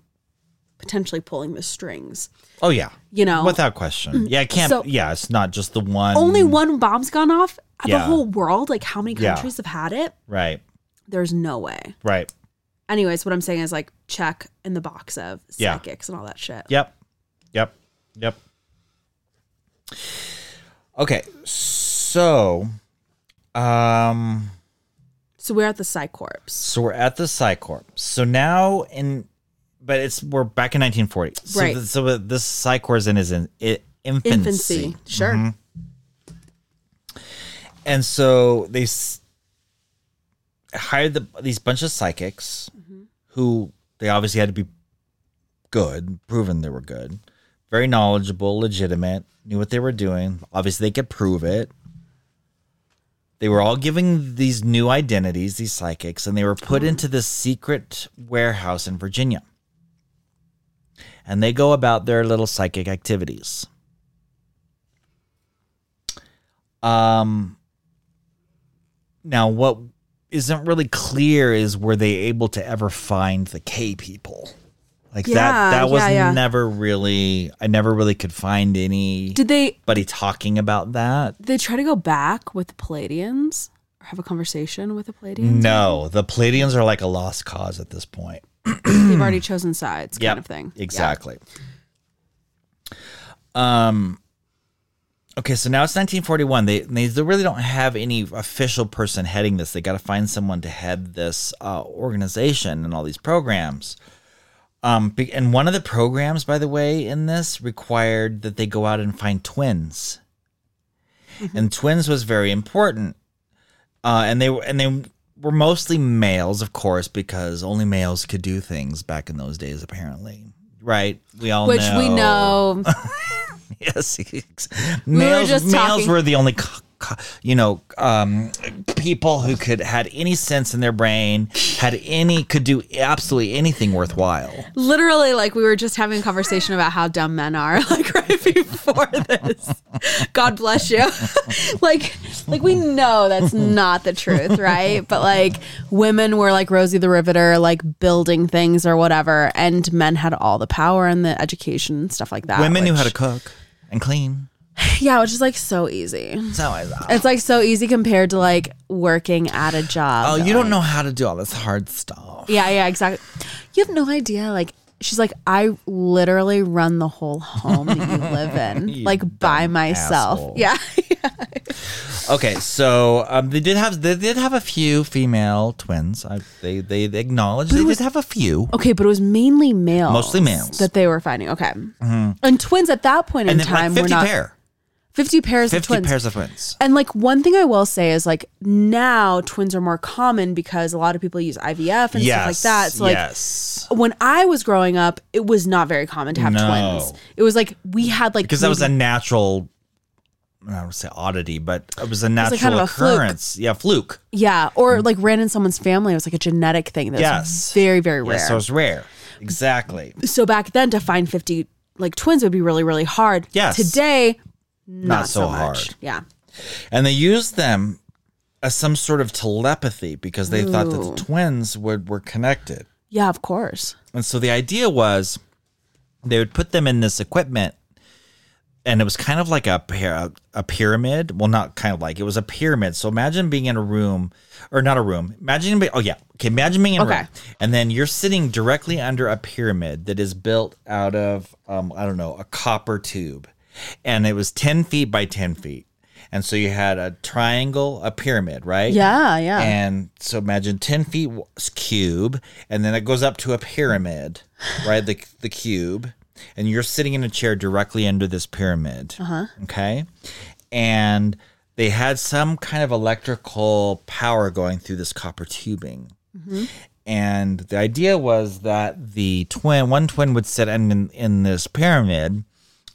B: potentially pulling the strings
A: Oh yeah.
B: you know
A: Without question. Yeah, I can't.
B: Mm-hmm. So-
A: yeah, it's not just the one.
B: only one bomb's gone off the
A: Yeah.
B: whole world like how many
A: Yeah.
B: countries have had it
A: Right.
B: there's no way
A: Right.
B: anyways what i'm saying is like check in the box of
A: Yeah.
B: psychics and all that shit
A: Yep. Yep. Yep. Okay. So, um,
B: so we're at the psych corps
A: so we're at the Psycorp. So now in, but it's we're back in 1940. So
B: Right.
A: th- so this Psycorp is in his in, i infancy. Mm-hmm.
B: infancy sure
A: and so they s- hired the, these bunch of psychics who they obviously had to be good proven they were good very knowledgeable legitimate knew what they were doing obviously they could prove it they were all giving these new identities these psychics and they were put
B: Mm-hmm.
A: into this secret warehouse in virginia and they go about their little psychic activities um now, what isn't really clear is were they able to ever find the K people? Like
B: Yeah,
A: that that was
B: yeah, yeah.
A: never really I never really could find anybody
B: did they
A: talking about that.
B: they try to go back with the Palladians or have a conversation with the Palladians.
A: No, the Palladians are like a lost cause at this point.
B: They've already chosen sides,
A: Yep,
B: kind of thing. Yeah.
A: Exactly. Um Okay, so now it's 1941. They they really don't have any official person heading this. They got to find someone to head this uh, organization and all these programs. Um, be- and one of the programs, by the way, in this required that they go out and find twins,
B: Mm-hmm.
A: and twins was very important. Uh, and they were and they were mostly males, of course, because only males could do things back in those days. Apparently, right? We all
B: Which we know.
A: Yes, ex-
B: were
A: males.
B: just
A: males
B: talking-
A: were the only, co- co- you know, um, people who could had any sense in their brain, had any could do absolutely anything worthwhile.
B: Literally, like we were just having a conversation about how dumb men are, like right before this. God bless you. like, like we know that's not the truth, right? But like, women were like Rosie the Riveter, like building things or whatever, and men had all the power and the education and stuff like that.
A: Women knew how to
B: which-
A: cook and clean.
B: yeah, which is like so easy.
A: So I thought,
B: It's like so easy compared to like working at a job.
A: oh,
B: that,
A: you don't
B: like-
A: know how to do all this hard stuff.
B: Yeah, yeah, exactly. You have no idea. Like she's like, I literally run the whole home that you live in, like by myself.
A: asshole.
B: Yeah.
A: Okay, so um, they did have they did have a few female twins. I, they they acknowledged they did have a few.
B: Okay, but it was mainly males.
A: Mostly males. Mm-hmm.
B: That they were finding. Okay. And twins at that point in
A: And then
B: time
A: like
B: were
A: 50
B: not
A: pair.
B: 50 pairs
A: 50
B: of twins.
A: pairs of twins.
B: And like one thing I will say is like now twins are more common because a lot of people use IVF and stuff like that. So like
A: yes.
B: when I was growing up, it was not very common to have
A: No.
B: twins. It was like we had like
A: Because that was a
B: maybe-
A: natural I don't want to say oddity, but it was a natural
B: like kind of a fluke.
A: occurrence. Yeah, fluke.
B: yeah, or like ran in someone's family. It was like a genetic thing that
A: Yes.
B: was very very rare.
A: Yes, so it was rare. Exactly.
B: so back then to find 50 like twins would be really really hard
A: Yes.
B: today not,
A: so
B: so, much
A: hard.
B: yeah
A: And they used them as some sort of telepathy because they thought that the
B: Ooh.
A: twins would were connected.
B: yeah of course
A: And so the idea was they would put them in this equipment and it was kind of like a pyra- a pyramid. Well, not kind of like it was a pyramid. So imagine being in a room, or not a room. Imagine being, oh yeah, okay. Imagine being in a
B: Okay.
A: room, and then you're sitting directly under a pyramid that is built out of um, I don't know a copper tube, and it was ten feet by ten feet, and so you had a triangle, a pyramid, right?
B: yeah yeah
A: And so imagine 10 feet w- cube, and then it goes up to a pyramid, right? The, the cube. And you're sitting in a chair directly under this pyramid. Okay. And they had some kind of electrical power going through this copper tubing. And the idea was that the twin, one twin would sit in, in, in this pyramid,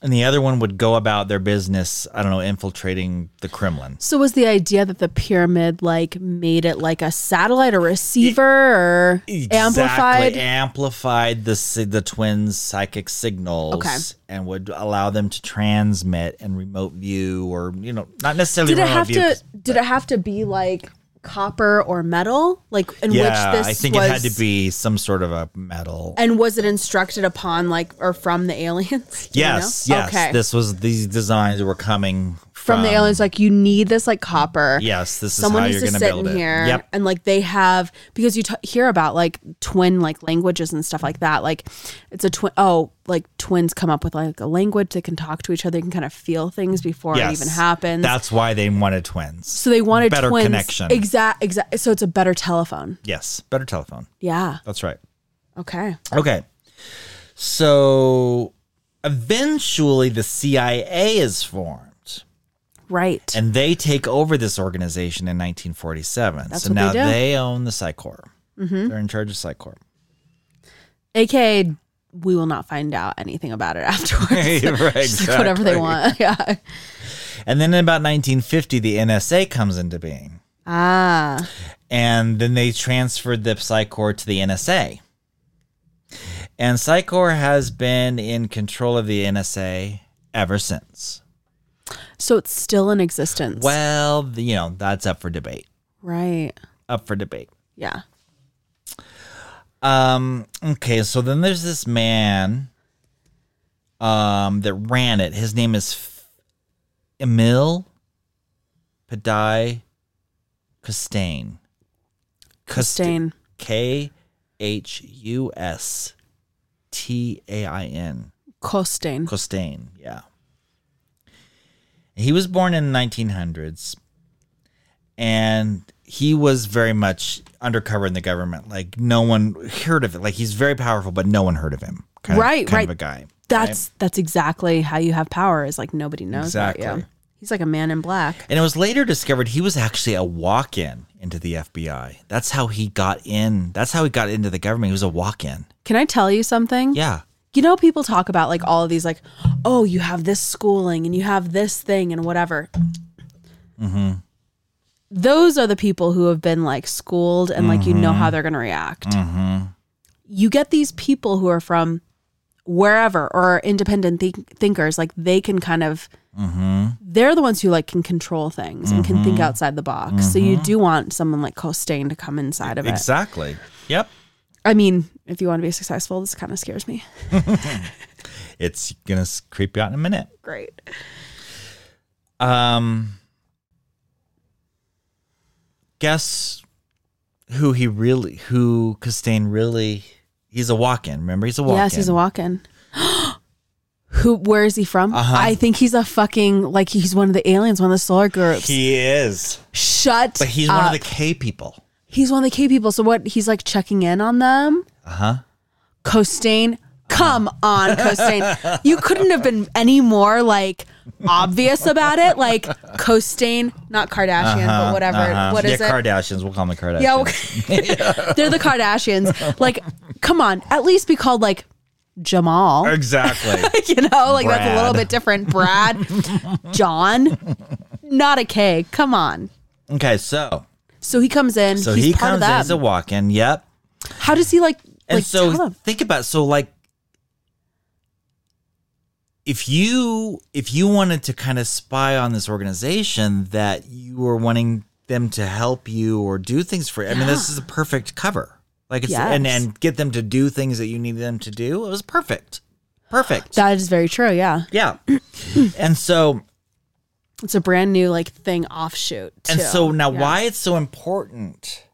A: and the other one would go about their business, I don't know, infiltrating the Kremlin.
B: so was the idea that the pyramid like made it like a satellite or receiver or
A: Exactly.
B: amplified
A: amplified the si- the twins' psychic signals,
B: Okay.
A: and would allow them to transmit and remote view, or you know, not necessarily.
B: did it
A: remote
B: have
A: view,
B: to
A: 'cause-
B: did it have to be like copper or metal like in
A: Yeah,
B: which this
A: I think
B: was
A: it had to be some sort of a metal.
B: and was it instructed upon like or from the aliens Do you know?
A: yes, yes. This was these designs were coming
B: from the aliens like you need this like copper
A: Yes, this is
B: someone
A: how
B: needs
A: you're
B: to
A: going to
B: sit in
A: build it.
B: here
A: Yep.
B: and like they have because you t- hear about like twin like languages and stuff like that like it's a twin oh like twins come up with like a language they can talk to each other they can kind of feel things before
A: Yes.
B: it even happens
A: That's why they wanted twins.
B: so they wanted
A: better
B: twins
A: connection.
B: exact exact so it's a better telephone
A: yes, better telephone.
B: yeah
A: That's right.
B: okay
A: Okay. So eventually the CIA is formed
B: right
A: and they take over this organization in 1947.
B: That's
A: so
B: what they
A: now
B: do. Mm-hmm.
A: own the PsyCorp. They're in charge of PsyCorp.
B: aka we will not find out anything about it afterwards
A: Right,
B: Just like whatever
A: exactly.
B: they want yeah
A: And then in about 1950, the NSA comes into being.
B: ah
A: And then they transferred the PsyCorp to the NSA. And PsyCorp has been in control of the NSA ever since.
B: so it's still in existence
A: Well, the- you know, that's up for debate.
B: right
A: Up for debate.
B: yeah
A: Um. Okay. So then there's this man. Um. That ran it. His name is F- Emil Padai Costain.
B: Stain.
A: K H U S T A I N.
B: Costain.
A: Costain. Yeah. He was born in the 1900s, and he was very much undercover in the government. Like no one heard of it. Like he's very powerful, but no one heard of him. Kind of-
B: Right,
A: kind
B: right.
A: of a guy.
B: That's that's exactly how you have power. Is like nobody knows about
A: Exactly.
B: you. He's like a man in black.
A: And it was later discovered he was actually a walk-in into the FBI. That's how he got in. That's how he got into the government. He was a walk-in.
B: Can I tell you something?
A: Yeah.
B: You know, people talk about like all of these, like, oh, you have this schooling and you have this thing and whatever. Those are the people who have been like schooled and like you know how they're going to react. You get these people who are from wherever or are independent think- thinkers, like they can kind of, they're the ones who like can control things and can think outside the box. So you do want someone like Costain to come inside of it.
A: Exactly. Yep.
B: I mean, if you want to be successful, this kind of scares me.
A: It's gonna s- creep you out in a minute.
B: Great.
A: Um, guess who he really, who Costain really, he's a walk in. Remember, he's a walk in.
B: Yes, he's a walk-in. who where is he from?
A: Uh-huh.
B: I think he's a fucking like he's one of the aliens, one of the solar groups.
A: He is.
B: Shut
A: But he's
B: up.
A: one of the K people.
B: he's one of the K people. So what he's like checking in on them.
A: Uh-huh.
B: Costain. Come on, Costain. You couldn't have been any more like obvious about it. Like Costain, not Kardashian, but whatever.
A: Uh-huh.
B: What is
A: yeah,
B: it?
A: Kardashians. We'll call them the Kardashians.
B: Yeah, okay. they're the Kardashians. Like, come on, at least be called like Jamal.
A: Exactly.
B: you know, like that's a little
A: Brad.
B: bit different. Brad, John, not a K. Come on.
A: okay, so
B: So he comes in.
A: so
B: he's
A: he
B: part
A: comes
B: of
A: in as
B: that.
A: a walk-in. Yep.
B: How does he like?
A: And
B: like
A: so
B: tell him?
A: think about so like if you if you wanted to kind of spy on this organization that you were wanting them to help you or do things for I mean this is a perfect cover. Like it's and
B: Yes.
A: and get them to do things that you need them to do. It was perfect. Perfect.
B: That is very true. Yeah,
A: yeah. and so
B: it's a brand new like thing offshoot.
A: and
B: too.
A: so now
B: Yeah.
A: why it's so important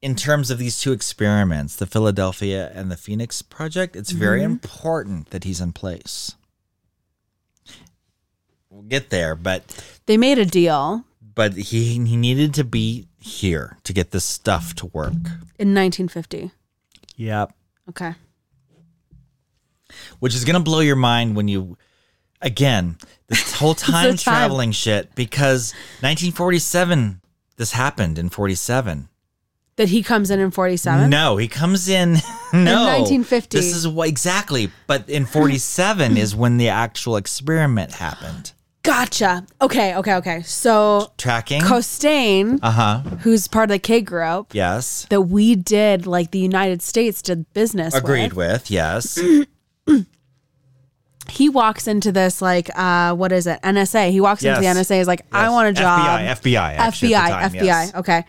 A: in terms of these two experiments the philadelphia and the phoenix project it's very
B: Mm-hmm.
A: important that he's in place we'll get there but
B: they made a deal
A: but he he needed to be here to get this stuff to work
B: in 1950?
A: yep
B: Okay.
A: which is gonna blow your mind when you again this whole time
B: time.
A: traveling shit because 1947 this happened in 47
B: That he comes in in 47.
A: No, he comes in. No,
B: 1950.
A: This is what exactly. But in forty-seven is when the actual experiment happened.
B: Gotcha. Okay. Okay. Okay. So
A: Tracking.
B: Costain,
A: uh huh.
B: who's part of the K group,
A: Yes.
B: that we did like the United States did business.
A: Agreed
B: with.
A: with. Yes.
B: he walks into this like uh what is it NSA he walks into
A: Yes.
B: the NSA is like I
A: Yes.
B: want a job
A: FBI. FBI. Actually,
B: FBI
A: at the time,
B: FBI
A: yes.
B: okay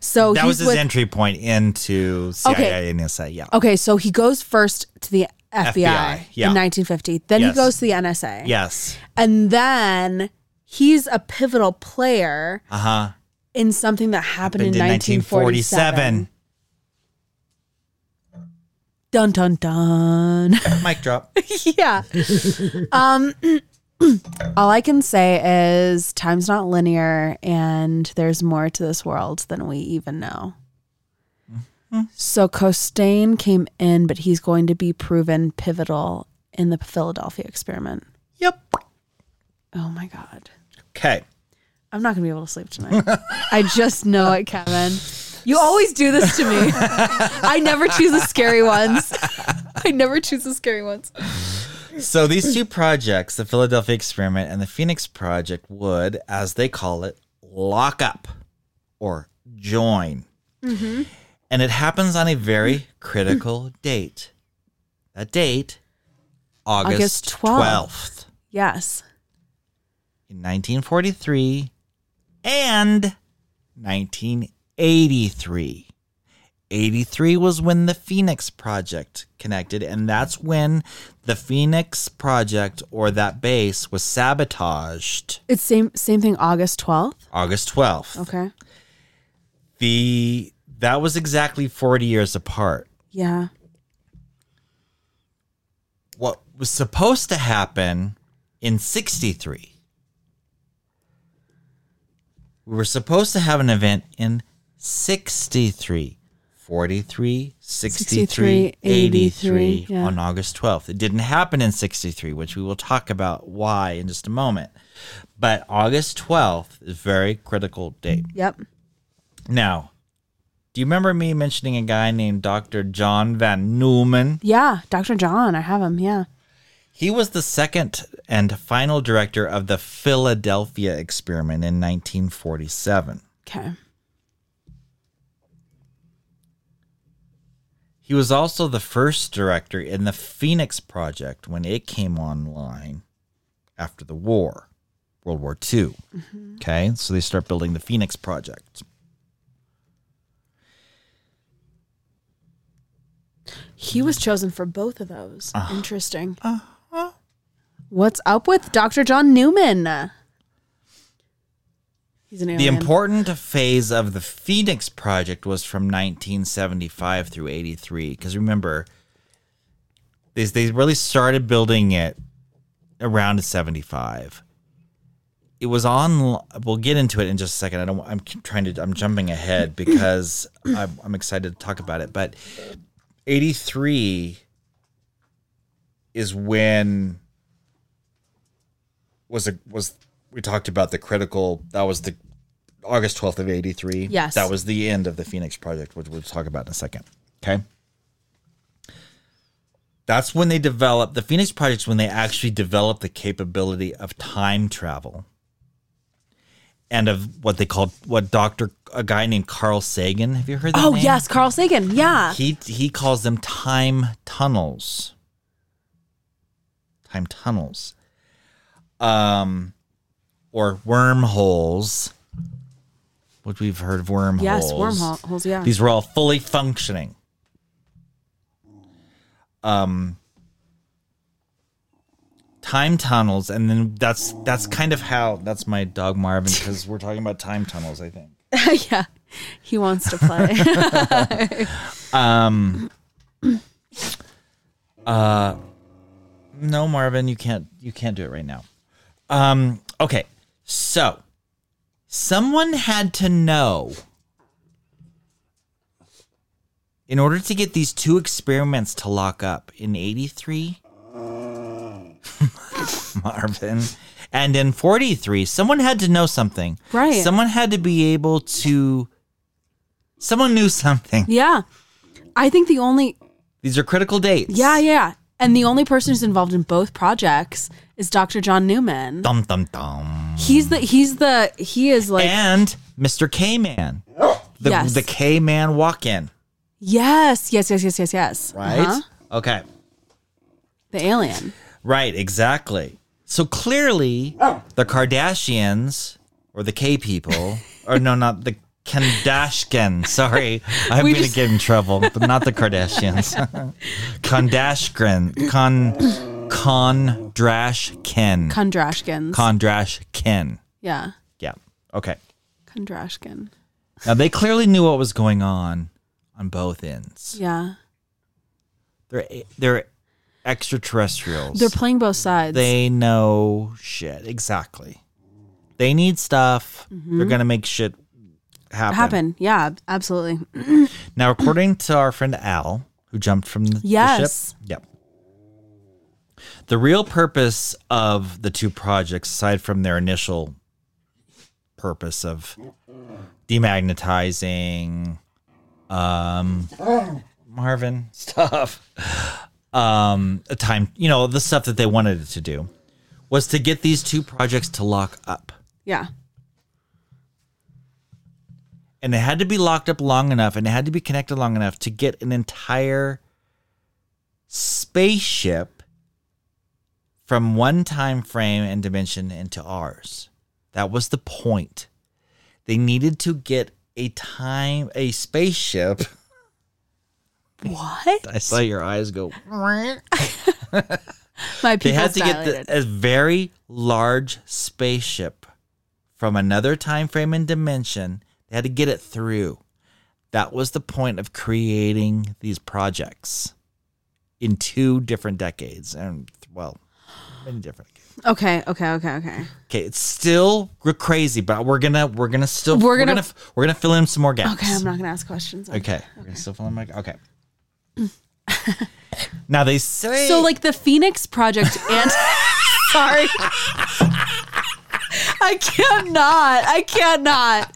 B: so
A: That
B: Oh,
A: was
B: he's
A: his
B: with,
A: entry point into CIA and NSA. Yeah.
B: okay so he goes first to the FBI,
A: FBI, yeah.
B: in 1950 then
A: Yes.
B: he goes to the NSA
A: Yes.
B: and then he's a pivotal player
A: Uh huh.
B: in something that happened, in 1947 dun dun dun
A: Mic drop.
B: yeah. Um, all I can say is time's not linear and there's more to this world than we even know. So Costain came in, but he's going to be proven pivotal in the Philadelphia experiment.
A: yep.
B: Oh my God.
A: Okay.
B: I'm not going to be able to sleep tonight. I just know it, Kevin. You always do this to me. I never choose the scary ones. I never choose the scary ones.
A: So these two projects, the Philadelphia Experiment and the Phoenix Project, would, as they call it, lock up or join. And it happens on a very critical date. That date, August,
B: August 12th.
A: 12th,
B: Yes.
A: in 1943 and 1983. 83 was when the Phoenix Project connected, and that's when the Phoenix Project or that base was sabotaged
B: It's same same thing. August twelfth.
A: August 12th.
B: Okay.
A: The that was exactly 40 years apart.
B: Yeah.
A: What was supposed to happen in 63 We were supposed to have an event in 63, 43, 63,
B: 63,
A: 83
B: yeah.
A: on August 12th. It didn't happen in 63, which we will talk about why in just a moment. But August 12th is a very critical date.
B: Yep.
A: Now, do you remember me mentioning a guy named Dr. John Van Neumann?
B: Yeah. Dr. John, I have him. Yeah.
A: He was the second and final director of the Philadelphia experiment in 1947.
B: Okay.
A: He was also the first director in the Phoenix Project when it came online after the war, World War II. Okay, so they start building the Phoenix Project.
B: He was chosen for both of those. Interesting. Uh-huh. What's up with Dr. John Newman? He's an alien.
A: The important phase of the Phoenix Project was from 1975 through 83. Because remember, They they really started building it around 75. It was on. We'll get into it in just a second. I don't. I'm trying to. I'm jumping ahead because I'm, I'm excited to talk about it. But 83 is when was a was we talked about the critical that was the August 12th of 83.
B: Yes.
A: That was the end of the Phoenix project, which we'll talk about in a second. Okay. That's when they developed the Phoenix project's when they actually developed the capability of time travel and of what they called what Dr. a guy named Carl Sagan. Have you heard that?
B: Oh
A: name?
B: yes, Carl Sagan. Yeah.
A: He he calls them time tunnels. Time tunnels. Um or wormholes. Which we've heard of wormholes.
B: Yes, wormholes. Yeah.
A: These were all fully functioning. Um time tunnels and then that's that's kind of how that's my dog Marvin because we're talking about time tunnels, I think.
B: yeah. He wants to play.
A: Um. Uh, no, Marvin, you can't. You can't do it right now. Um. Okay. So, someone had to know. In order to get these two experiments to lock up in 83, Marvin, and in 43, someone had to know something.
B: Right.
A: Someone had to be able to, someone knew something.
B: yeah. I think the only
A: These are critical dates.
B: Yeah, yeah. And the only person who's involved in both projects is Dr. John Newman.
A: Dum dum dum.
B: He's the he's the he is like
A: and Mr. K Man. The
B: Yes.
A: the K Man walk in.
B: Yes, yes, yes, yes, yes, yes.
A: Right?
B: Uh-huh.
A: Okay.
B: The alien.
A: Right, exactly. So clearly the Kardashians or the K people or no not the Kardashian. Sorry. I'm
B: We
A: gonna
B: just-
A: get in trouble, but not the Kardashians. Kondashkin. Con Kondrashkin.
B: Kondrashkins.
A: Kondrashkin.
B: yeah.
A: Yeah. Okay.
B: Kondrashkin.
A: Now they clearly knew what was going on on both ends.
B: Yeah.
A: They're they're extraterrestrials.
B: They're playing both sides.
A: they know shit exactly. They need stuff. They're gonna make shit happen.
B: happen. Yeah, absolutely.
A: Now, according to our friend Al, who jumped from the, the
B: Yes.
A: ship. Yep. The real purpose of the two projects, aside from their initial purpose of demagnetizing um, Marvin stuff, um, a time, you know, the stuff that they wanted it to do, was to get these two projects to lock up.
B: Yeah.
A: and it had to be locked up long enough and it had to be connected long enough to get an entire spaceship from one time frame and dimension into ours that was the point they needed to get a time a spaceship
B: What?
A: i saw your eyes go
B: My
A: they
B: pupils
A: had to get
B: dilated.
A: the, a very large spaceship from another time frame and dimension they had to get it through that was the point of creating these projects in two different decades and well many different
B: okay, okay, okay, okay.
A: okay it's still gr- crazy but we're gonna we're gonna still
B: We're
A: we're gonna
B: gonna-
A: we're gonna, f- we're gonna fill in some more gaps
B: Okay, I'm not gonna ask questions.
A: okay, we're gonna still fill in my okay now they say
B: So like the Phoenix Project and sorry. I cannot. I cannot.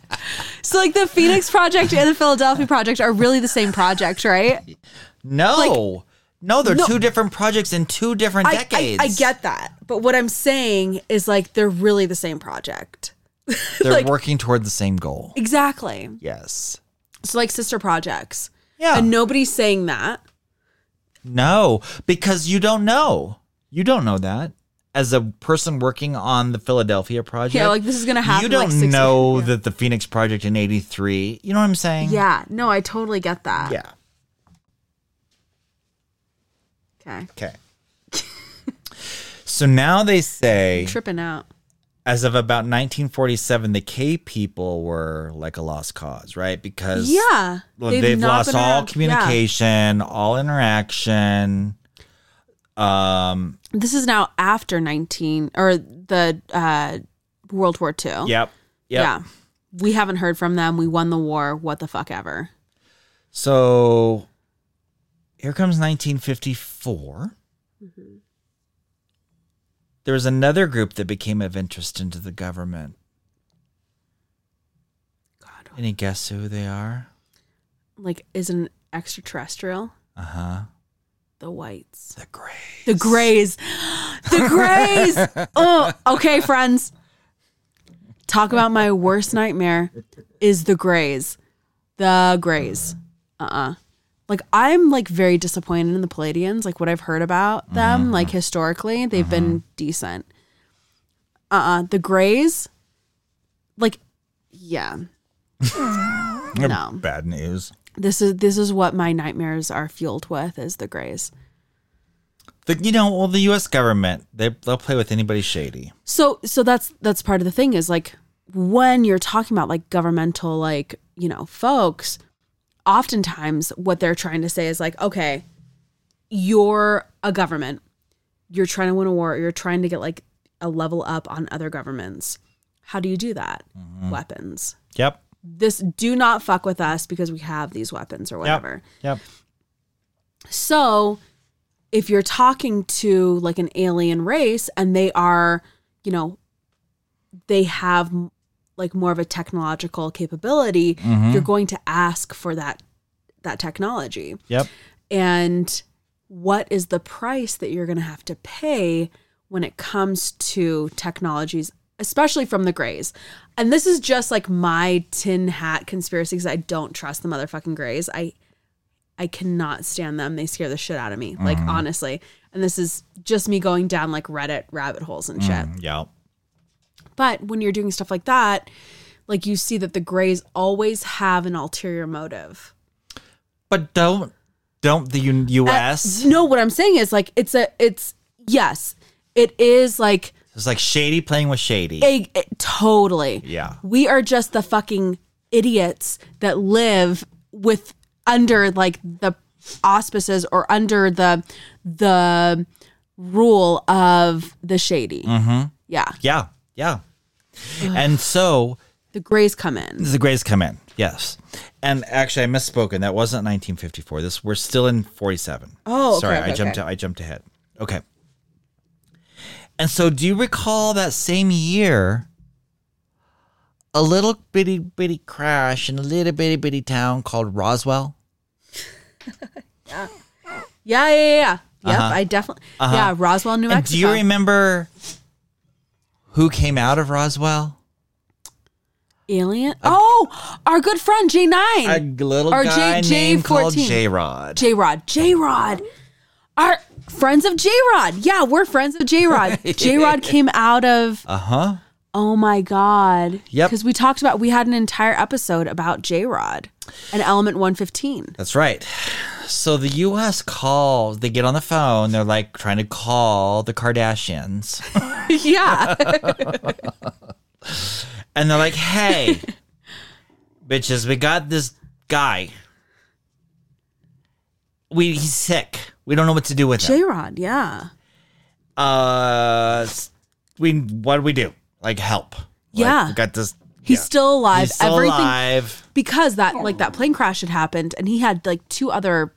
B: So like the Phoenix Project and the Philadelphia Project are really the same project, right?
A: No. no, they're
B: No.
A: two different projects in two different
B: I, I,
A: decades.
B: I get that. But what I'm saying is like they're really the same project.
A: They're
B: like-
A: working toward the same goal.
B: Exactly.
A: Yes.
B: So like sister projects.
A: Yeah.
B: And nobody's saying that.
A: no, because you don't know. You don't know that. As a person working on the Philadelphia project,
B: Yeah, like this is gonna happen.
A: you
B: like,
A: don't
B: six
A: know
B: years-
A: that the Phoenix project in 83, you know what I'm saying?
B: Yeah. No, I totally get that.
A: Yeah.
B: Okay.
A: Okay. so now they say
B: Tripping out.
A: as of about 1947 the K people were like a lost cause, right? Because
B: Yeah.
A: Well, they've,
B: not
A: lost
B: been
A: all
B: around- yeah.
A: communication, all interaction. Um,
B: This is now after 19 or the uh, World War II.
A: yep. Yep.
B: Oh. Yeah. We haven't heard from them. We won the war. What the fuck ever.
A: So here comes 1954.
B: Mm-hmm.
A: There was another group that became of interest into the government.
B: God.
A: Any guess who they are?
B: Like, is an extraterrestrial?
A: Uh huh.
B: The whites.
A: The Greys.
B: The Greys. The Greys. oh, okay, friends. Talk about my worst nightmare is the Greys. The Greys. Uh uh Like, I'm like very disappointed in the Palladians, like what I've heard about them, like historically, they've been decent. Uh uh The Greys, like, yeah. No.
A: Bad news.
B: This is this is what my nightmares are fueled with is the Greys.
A: The, you know, well, the U.S. government, they, they'll play with anybody shady.
B: So so that's that's part of the thing is like when you're talking about like governmental like, you know, folks, oftentimes what they're trying to say is like, okay, you're a government. You're trying to win a war, you're trying to get like a level up on other governments. How do you do that? Weapons.
A: Yep.
B: This do not fuck with us because we have these weapons or whatever.
A: Yep.
B: So, if you're talking to like an alien race and they are, you know, they have m- like more of a technological capability, you're going to ask for that that technology.
A: Yep.
B: And what is the price that you're going to have to pay when it comes to technologies especially from the grays and this is just like my tin hat conspiracy because i don't trust the motherfucking grays i i cannot stand them they scare the shit out of me like honestly and this is just me going down like reddit rabbit holes and shit
A: Yep. Mm, Yep.
B: but when you're doing stuff like that like you see that the grays always have an ulterior motive
A: But don't, don't the U- U.S.
B: No, what I'm saying is like it's a it's yes, it is like
A: it's like shady playing with shady.
B: a, a- totally.
A: Yeah.
B: We are just the fucking idiots that live with under like the auspices or under the the rule of the shady.
A: Mm-hmm.
B: Yeah.
A: Yeah. Yeah. And so
B: The grays come in.
A: the Greys come in. Yes. And actually I misspoken. That wasn't 1954. This we're still in 47.
B: Oh, okay,
A: sorry.
B: okay,
A: I jumped
B: okay.
A: I jumped ahead. Okay. And so do you recall that same year a little bitty bitty crash in a little bitty bitty town called Roswell?
B: Yeah, yeah, yeah. yeah. Yep, I definitely. Yeah, Roswell, New
A: Uh-huh. And
B: Mexico.
A: do you remember who came out of Roswell?
B: Alien?
A: Uh,
B: Oh, our good friend J9.
A: A little
B: Or J-
A: guy named called
B: J14.
A: J-Rod.
B: J Rod. J Rod. Our friends of J Rod. Yeah, we're friends of J Rod. J Rod came out of,
A: uh-huh.
B: oh my God.
A: Yep.
B: Because we talked about, we had an entire episode about J Rod and Element 115.
A: That's right. So the U.S. calls, they get on the phone, they're like trying to call the Kardashians.
B: yeah.
A: And they're like, hey, bitches, we got this guy. We, he's sick. We don't know what to do with him.
B: J Rod. Yeah.
A: Uh, s- we, what do we do? Like, help. Like,
B: Yeah.
A: we got this.
B: He's
A: yeah.
B: still alive.
A: He's still
B: Everything.
A: alive.
B: Because that, like, that plane crash had happened and he had, like, two other,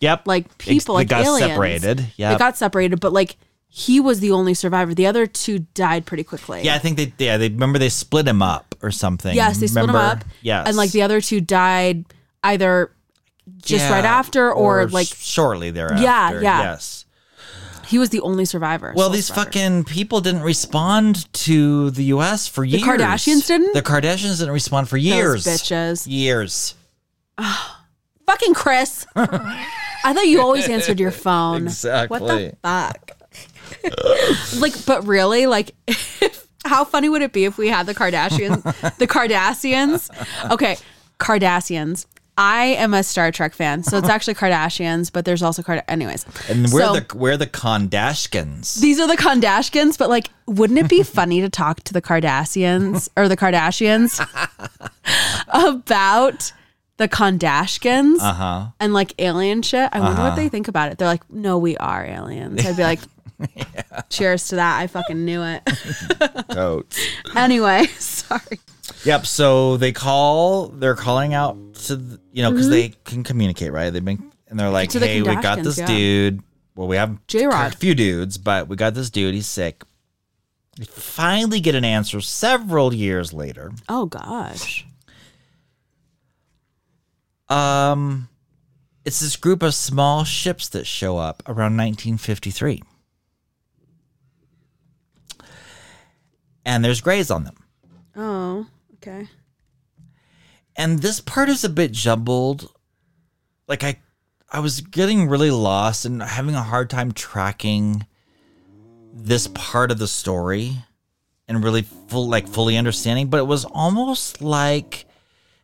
A: Yep.
B: like, people,
A: they
B: like,
A: got
B: aliens.
A: separated. Yeah.
B: They got separated, but, like, he was the only survivor. The other two died pretty quickly.
A: yeah, I think they, yeah, they remember they split him up or something.
B: Yes, they split
A: remember?
B: them up.
A: Yes.
B: And like the other two died either just
A: Yeah,
B: right after or, like
A: s- shortly thereafter.
B: yeah.
A: Yes.
B: he was the only survivor.
A: Well,
B: sole
A: these
B: survivor.
A: fucking people didn't respond to the U.S. for years.
B: Kardashians didn't?
A: The Kardashians didn't respond for years.
B: bitches.
A: Years.
B: fucking Chris. I thought you always answered your phone. What
A: Exactly.
B: the fuck? like, but really, like, how funny would it be if we had the Kardashians? the Kardashians. Okay, Kardashians. I am a Star Trek fan, so it's actually Kardashians, but there's also Card. Anyways,
A: And we're
B: So-
A: the we're the Kondashkins.
B: These are the Kardashians, but like, wouldn't it be funny to talk to the Kardashians or the Kardashians about the Kondashkins
A: Uh huh.
B: and like alien shit. I wonder
A: Uh-huh.
B: what they think about it. They're like, no, we are aliens. I'd be like, cheers to that. I fucking knew it.
A: Goats.
B: anyway, sorry.
A: Yep. So they call. They're calling out to th- you know because they can communicate, right? They've been and they're like,
B: Mm-hmm. To the
A: hey, we got
B: Kardashians,
A: this
B: yeah.
A: dude. Well, we have
B: J-Rod.
A: a few dudes, but we got this dude. He's sick. We finally get an answer several years later.
B: Oh gosh.
A: Um, it's this group of small ships that show up around 1953, and there's grays on them.
B: Oh, okay.
A: and this part is a bit jumbled like i i was getting really lost and having a hard time tracking this part of the story and really full like fully understanding but it was almost like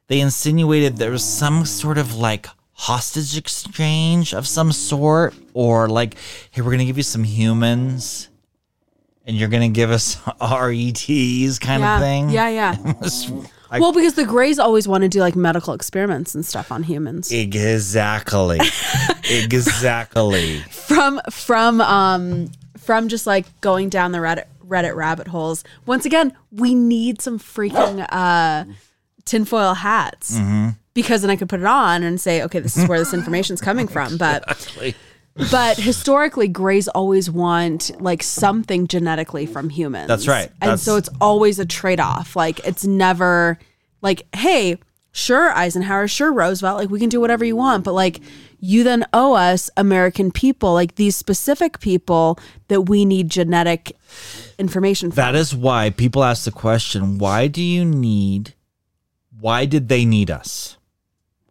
A: they insinuated there was some sort of like hostage exchange of some sort or like hey we're gonna give you some humans and you're gonna give us rets kind
B: yeah.
A: of thing
B: Yeah, yeah.
A: I-
B: well, because the Greys always want to do like medical experiments and stuff on humans.
A: Exactly. exactly.
B: from from um from just like going down the Reddit Reddit rabbit holes. Once again, we need some freaking uh tinfoil hats. Because then I could put it on and say, okay, this is where this information's coming from. But but historically, Greys always want like something genetically from humans.
A: That's right.
B: and so
A: That's-
B: it's always a trade off. Like it's never like, hey, sure Eisenhower, sure Roosevelt, like we can do whatever you want, but like you then owe us American people, like these specific people that we need genetic information from.
A: That is why people ask the question why do you need, why did they need us?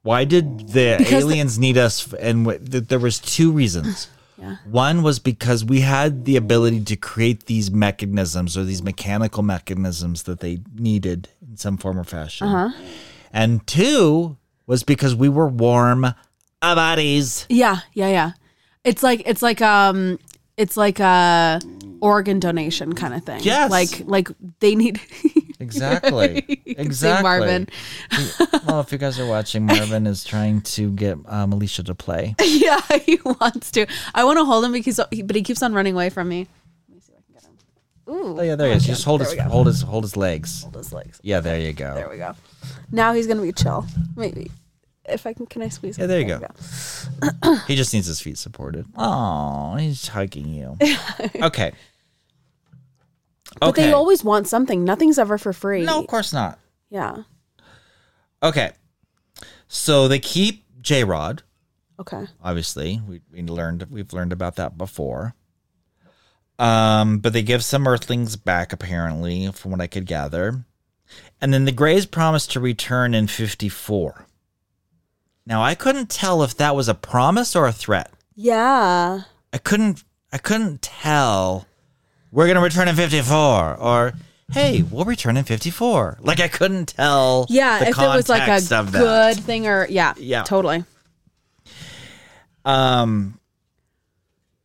A: Why did the
B: Because the-
A: aliens need us? And wh- th- there was two reasons. One was because we had the ability to create these mechanisms or these mechanical mechanisms that they needed in some form or fashion.
B: Uh-huh.
A: And two was because we were warm uh, bodies.
B: yeah, yeah, yeah. It's like it's like um it's like a organ donation kind of thing.
A: Yes.
B: Like like they need
A: Exactly. exactly.
B: Marvin.
A: well, if you guys are watching, Marvin is trying to get um, Alicia to play.
B: Yeah, he wants to. I want to hold him because but he keeps on running away from me.
A: Oh yeah, there he is. Just hold his hold his hold his legs.
B: Those legs.
A: Yeah, there you go.
B: There we go. Now he's gonna be chill. Maybe if I can, can I squeeze?
A: Yeah,
B: him?
A: there you go. he just needs his feet supported. Oh, he's hugging you. Okay.
B: But
A: Okay.
B: they always want something. Nothing's ever for free.
A: no, of course not.
B: Yeah.
A: Okay. So they keep J Rod.
B: Okay.
A: obviously we, we learned we've learned about that before um but they give some earthlings back apparently from what i could gather and then the grays promised to return in 54 now i couldn't tell if that was a promise or a threat
B: Yeah.
A: i couldn't i couldn't tell we're gonna return in 54 or hey we'll return in 54 like i couldn't tell
B: Yeah.
A: the
B: if it was like
A: context
B: a
A: of that.
B: good thing or yeah.
A: Yeah.
B: Totally.
A: Um,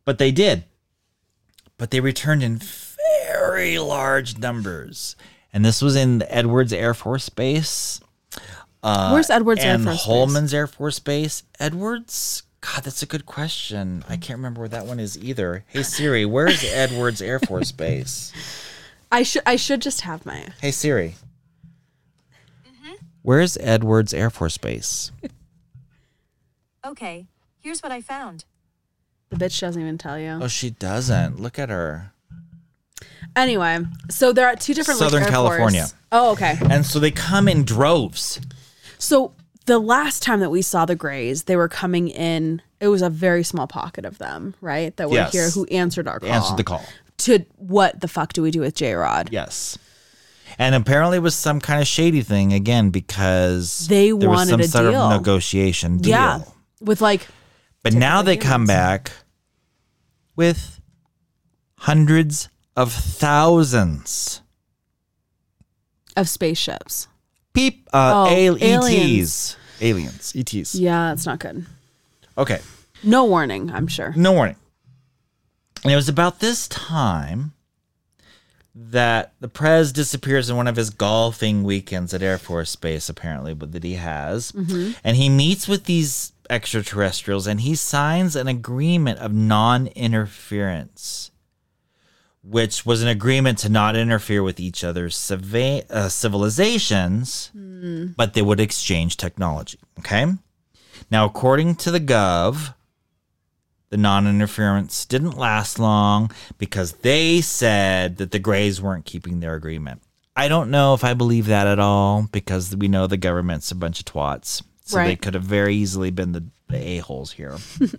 A: but they did. But they returned in very large numbers, and this was in the Edwards Air Force Base
B: Where's Edwards Air
A: Uh, and
B: Force? Base?
A: Holman's Air Force Base. Edwards. God, that's a good question. I can't remember where that one is either. Hey Siri, where's Edwards Air Force Base?
B: I should. I should just have my.
A: Hey Siri. Where's Edwards Air Force Base?
C: Okay, here's what I found.
B: The bitch doesn't even tell you.
A: Oh, she doesn't. Look at her.
B: Anyway, so they're at two different like,
A: Southern
B: Air Force.
A: California.
B: Oh, okay.
A: And so they come in droves.
B: So the last time that we saw the Greys, they were coming in. It was a very small pocket of them, right? That were
A: Yes.
B: here who answered our call.
A: Answered the call.
B: to what the fuck do we do with J Rod?
A: Yes. And apparently it was some kind of shady thing again because
B: They
A: there was
B: wanted
A: some
B: a
A: sort
B: deal.
A: of negotiation deal.
B: Yeah. With like,
A: But now they come back with hundreds of thousands
B: of spaceships.
A: peep uh
B: Oh,
A: al-
B: aliens.
A: ETs. Aliens. ETs.
B: Yeah, that's not good.
A: Okay.
B: No warning, I'm sure.
A: No warning. And it was about this time that the Prez disappears in one of his golfing weekends at Air Force Base, apparently, but that he has. And he meets with these extraterrestrials and he signs an agreement of non interference, which was an agreement to not interfere with each other's civi- uh, civilizations, but they would exchange technology. Okay. Now, according to the Gov, the non interference didn't last long because they said that the Greys weren't keeping their agreement. I don't know if I believe that at all because we know the government's a bunch of twats. So they
B: Right.
A: could have very easily been the, the a-holes here. um,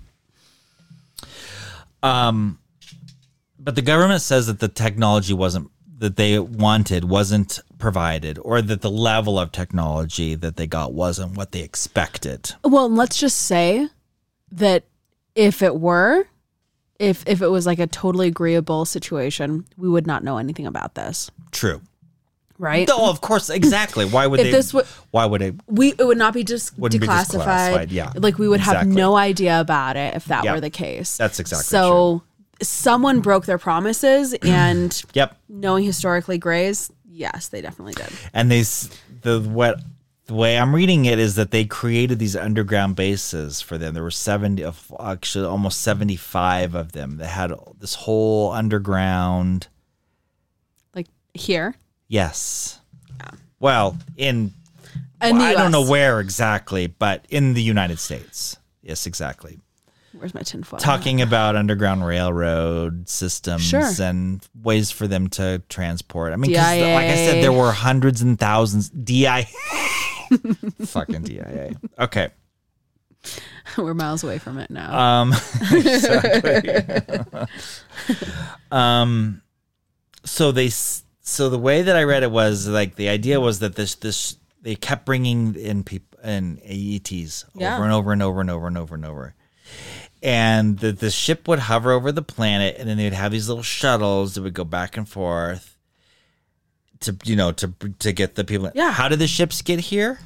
A: but the government says that the technology wasn't that they wanted wasn't provided or that the level of technology that they got wasn't what they expected.
B: Well, and let's just say that if it were, if if it was like a totally agreeable situation, we would not know anything about this,
A: True.
B: right?
A: No, of course, exactly. Why would
B: If
A: they?
B: this wa-
A: why would it?
B: we it would not be just
A: Wouldn't be
B: declassified.
A: declassified, yeah,
B: like we would
A: exactly.
B: have no idea about it if that
A: Yeah,
B: were the case.
A: that's exactly
B: so. Someone broke their promises, and
A: Yep.
B: knowing historically Greys, yes, they definitely did.
A: And they s- the what the way I'm reading it is that they created these underground bases for them. There were seventy, of actually almost seventy five of them that had this whole underground.
B: Like here,
A: Yes. Well, in
B: and
A: I don't know where exactly, but in the United States. Yes, exactly.
B: Where's my tinfoil?
A: talking about underground railroad systems
B: Sure.
A: and ways for them to transport. I mean, 'cause the- like I said,
B: DIA.
A: there were hundreds and thousands DIA. Fucking DIA. Okay.
B: We're miles away from it now.
A: Um, exactly. um, so they, s- so the way that I read it was like the idea was that this, this, they kept bringing in people and AETs over
B: Yeah.
A: and over and over and over and over and over. And the, the ship would hover over the planet, and then they'd have these little shuttles that would go back and forth to you know to to get the people.
B: Yeah.
A: How did the ships get here?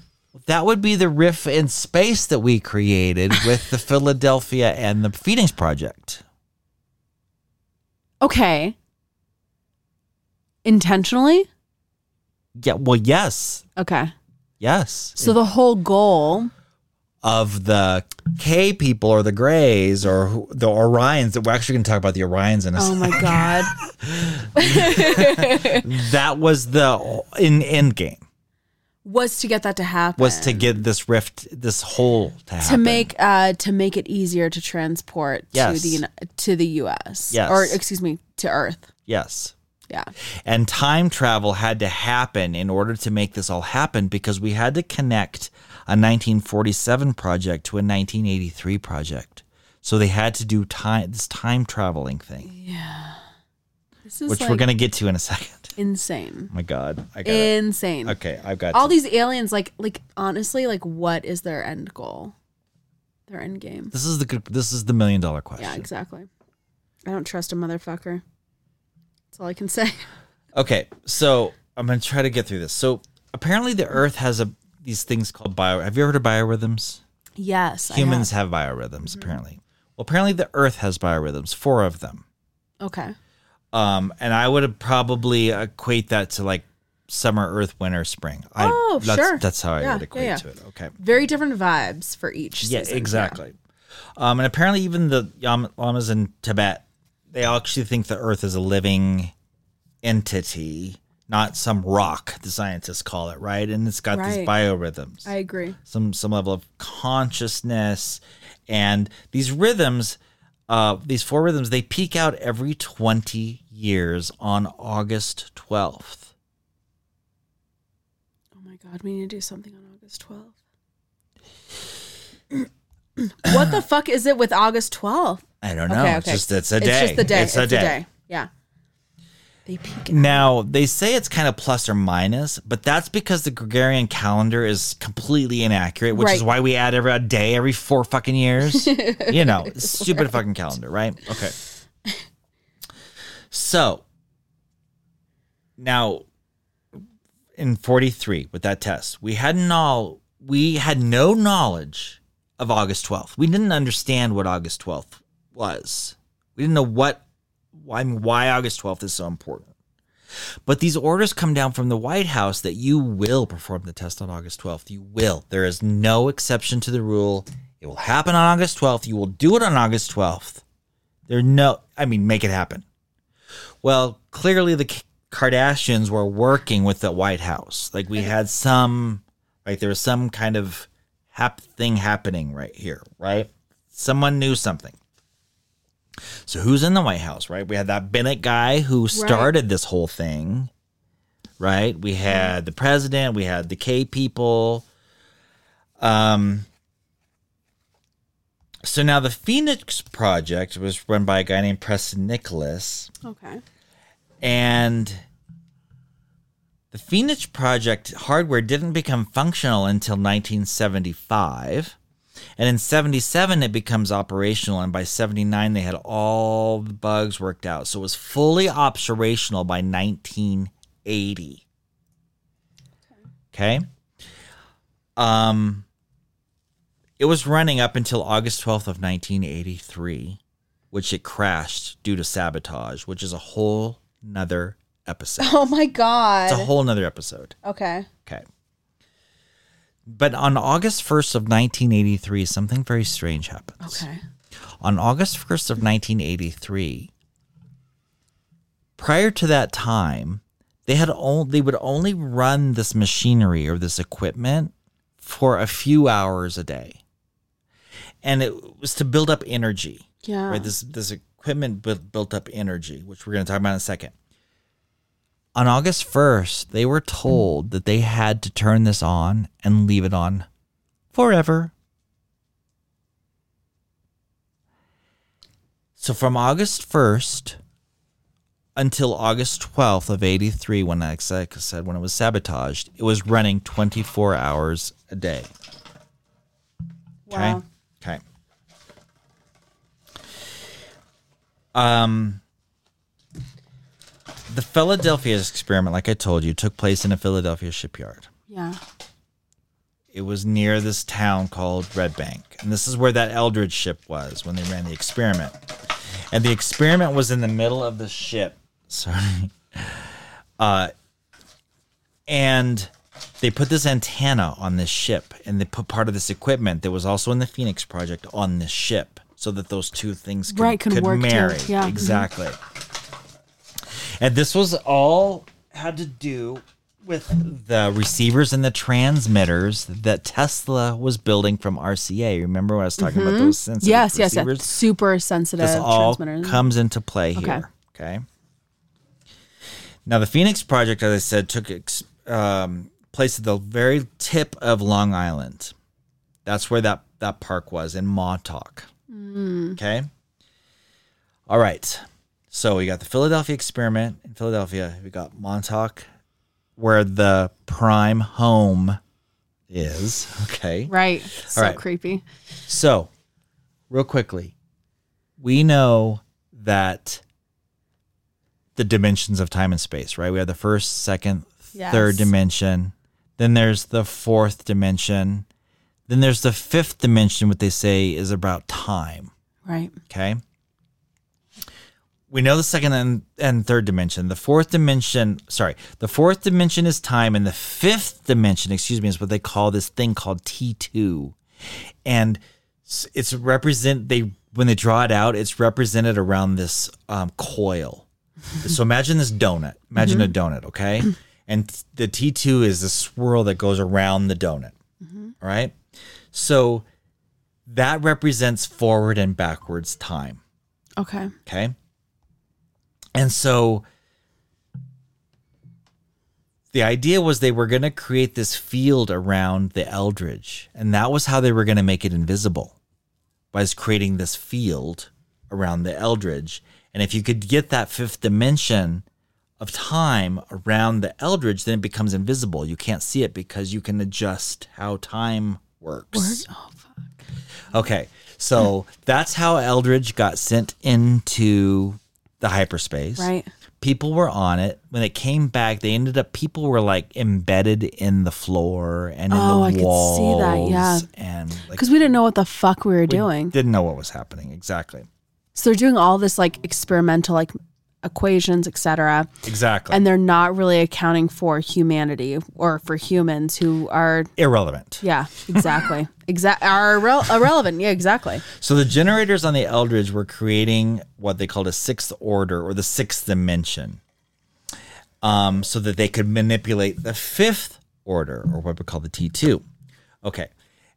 A: That would be the riff in space that we created with the Philadelphia and the Feedings Project.
B: okay, intentionally.
A: Yeah. Well, yes,
B: Okay.
A: yes.
B: So the whole goal,
A: of the K people or the Greys or who- the Orions that we're actually going to talk about the Orions in a
B: oh
A: second.
B: my god,
A: That was the in Endgame.
B: was to get that to happen.
A: was to get this rift, this hole to happen.
B: to make uh to make it easier to transport
A: Yes.
B: to the Uni- to the U.S.
A: Yes.
B: or excuse me to Earth.
A: yes.
B: Yeah.
A: And time travel had to happen in order to make this all happen because we had to connect a 1947 project to a 1983 project. So they had to do time this time traveling thing,
B: This is
A: which
B: like
A: we're going to get to in a second.
B: insane,
A: Oh my god, I got it.
B: insane.
A: Okay, I've got
B: All
A: to-
B: these aliens, like like honestly, like what is their end goal? Their end game.
A: This is the good- this is the million dollar question.
B: Yeah, exactly. I don't trust a motherfucker. That's all I can say.
A: Okay, so I'm going to try to get through this. So apparently the earth has a these things called bio Have you ever heard of biorhythms?
B: Yes,
A: Humans have biorhythms,
B: Mm-hmm.
A: apparently. Well, apparently the Earth has biorhythms, four of them.
B: Okay.
A: Um, and I would probably equate that to like summer, Earth, winter, spring. I,
B: Oh,
A: that's,
B: sure.
A: That's how I
B: Yeah,
A: would
B: yeah,
A: equate
B: yeah.
A: to it. Okay.
B: Very different vibes for each.
A: Yeah,
B: season.
A: exactly. Um, and apparently, even the Yam- lamas in Tibet, they actually think the Earth is a living entity, not some rock. The scientists call it right, and it's got these
B: Right.
A: biorhythms
B: I agree.
A: some some level of consciousness and these rhythms uh, these four rhythms they peak out every 20 years on august 12th
B: Oh my god, we need to do something on August 12th. what the fuck is it with August 12th?
A: i don't know it's just it's a day
B: It's just the day.
A: it's a day.
B: Yeah. They peak. it.
A: now they say it's kind of plus or minus but that's because the gregorian calendar is completely inaccurate which is
B: Right.
A: why we add every a day every four fucking years you know stupid fucking calendar right okay so now in 43 with that test we had all we had no knowledge of august 12th we didn't understand what august 12th was we didn't know what why, why august 12th is so important But these orders come down from the White House that you will perform the test on August 12th. You will. There is no exception to the rule. It will happen on August 12th. You will do it on August 12th. There no I mean make it happen. Well, clearly the K- Kardashians were working with the White House. Like we had some like there was some kind of hap- thing happening right here, right? Someone knew something. So who's in the White House, right? We had that Bennett guy who started this whole thing, right? We had the president, we had the K people. Um so now the Phoenix Project was run by a guy named Preston Nicholas,
B: Okay.
A: and the Phoenix Project hardware didn't become functional until 1975. And in 77, it becomes operational. And by 79, they had all the bugs worked out. So it was fully operational by 1980. Okay. Um, it was running up until August 12th of 1983, which it crashed due to sabotage, which is a whole nother episode.
B: Oh my god.
A: It's a whole nother episode.
B: okay.
A: Okay. But on August 1st of 1983, something very strange happens.
B: Okay.
A: On August 1st of 1983, prior to that time, they had only they would only run this machinery or this equipment for a few hours a day. And it was to build up energy
B: Yeah.
A: right? This this equipment built, built up energy, which we're going to talk about in a second. On August first, they were told that they had to turn this on and leave it on forever. So from August first until August twelfth of eighty three, when I like I said when it was sabotaged, it was running twenty four hours a day.
B: wow.
A: Okay. Okay. Um, the Philadelphia experiment, like I told you, took place in a Philadelphia shipyard.
B: Yeah.
A: It was near this town called Red Bank. And this is where that Eldridge ship was when they ran the experiment. And the experiment was in the middle of the ship. Sorry. Uh, and they put this antenna on this ship and they put part of this equipment that was also in the Phoenix project on this ship so that those two things could,
B: Right, could work too.
A: marry.
B: Yeah. Mhm.
A: Exactly. And this was all had to do with the receivers and the transmitters that Tesla was building from RCA. Remember when I was talking about those sensitive
B: Mm-hmm. Yes, yes, yes.
A: receivers?
B: Super sensitive
A: This all
B: transmitters.
A: comes into play
B: Okay.
A: here. Okay. Now the Phoenix Project, as I said, took ex- um, place at the very tip of Long Island. That's where that that park was in Montauk.
B: Mm.
A: Okay. All right. So we got the Philadelphia experiment in Philadelphia. We got Montauk, where the prime home is. Okay.
B: right. So
A: right.
B: creepy.
A: So, real quickly, we know that the dimensions of time and space, right? We have the first, second, third
B: Yes.
A: dimension. Then there's the fourth dimension. Then there's the fifth dimension, what they say is about time.
B: Right.
A: Okay. We know the second and, and third dimension. The fourth dimension, sorry, the fourth dimension is time, and the fifth dimension, excuse me, is what they call this thing called T2. And s- it's represent, they, when they draw it out, it's represented around this um, coil. so imagine this donut. Imagine a donut, okay? And t- the T2 is the swirl that goes around the donut. All right. So that represents forward and backwards time.
B: Okay.
A: Okay. And so the idea was they were going to create this field around the Eldridge. And that was how they were going to make it invisible was creating this field around the Eldridge. And if you could get that fifth dimension of time around the Eldridge, then it becomes invisible. You can't see it because you can adjust how time works.
B: Oh, fuck.
A: Okay. So that's how Eldridge got sent into the hyperspace.
B: Right.
A: People were on it. When it came back, they ended up people were like embedded in the floor and in
B: Oh, I
A: the
B: could see that,
A: walls.
B: yeah.
A: And like
B: Because we didn't know what the fuck we were doing.
A: didn't know what was happening exactly.
B: So they're doing all this like experimental like equations, etc.
A: Exactly.
B: And they're not really accounting for humanity or for humans who are
A: Irrelevant.
B: yeah, exactly. exact are irre- irrelevant. Yeah, exactly.
A: So the generators on the Eldridge were creating what they called a sixth order or the sixth dimension, um, so that they could manipulate the fifth order or what we call the T2. Okay.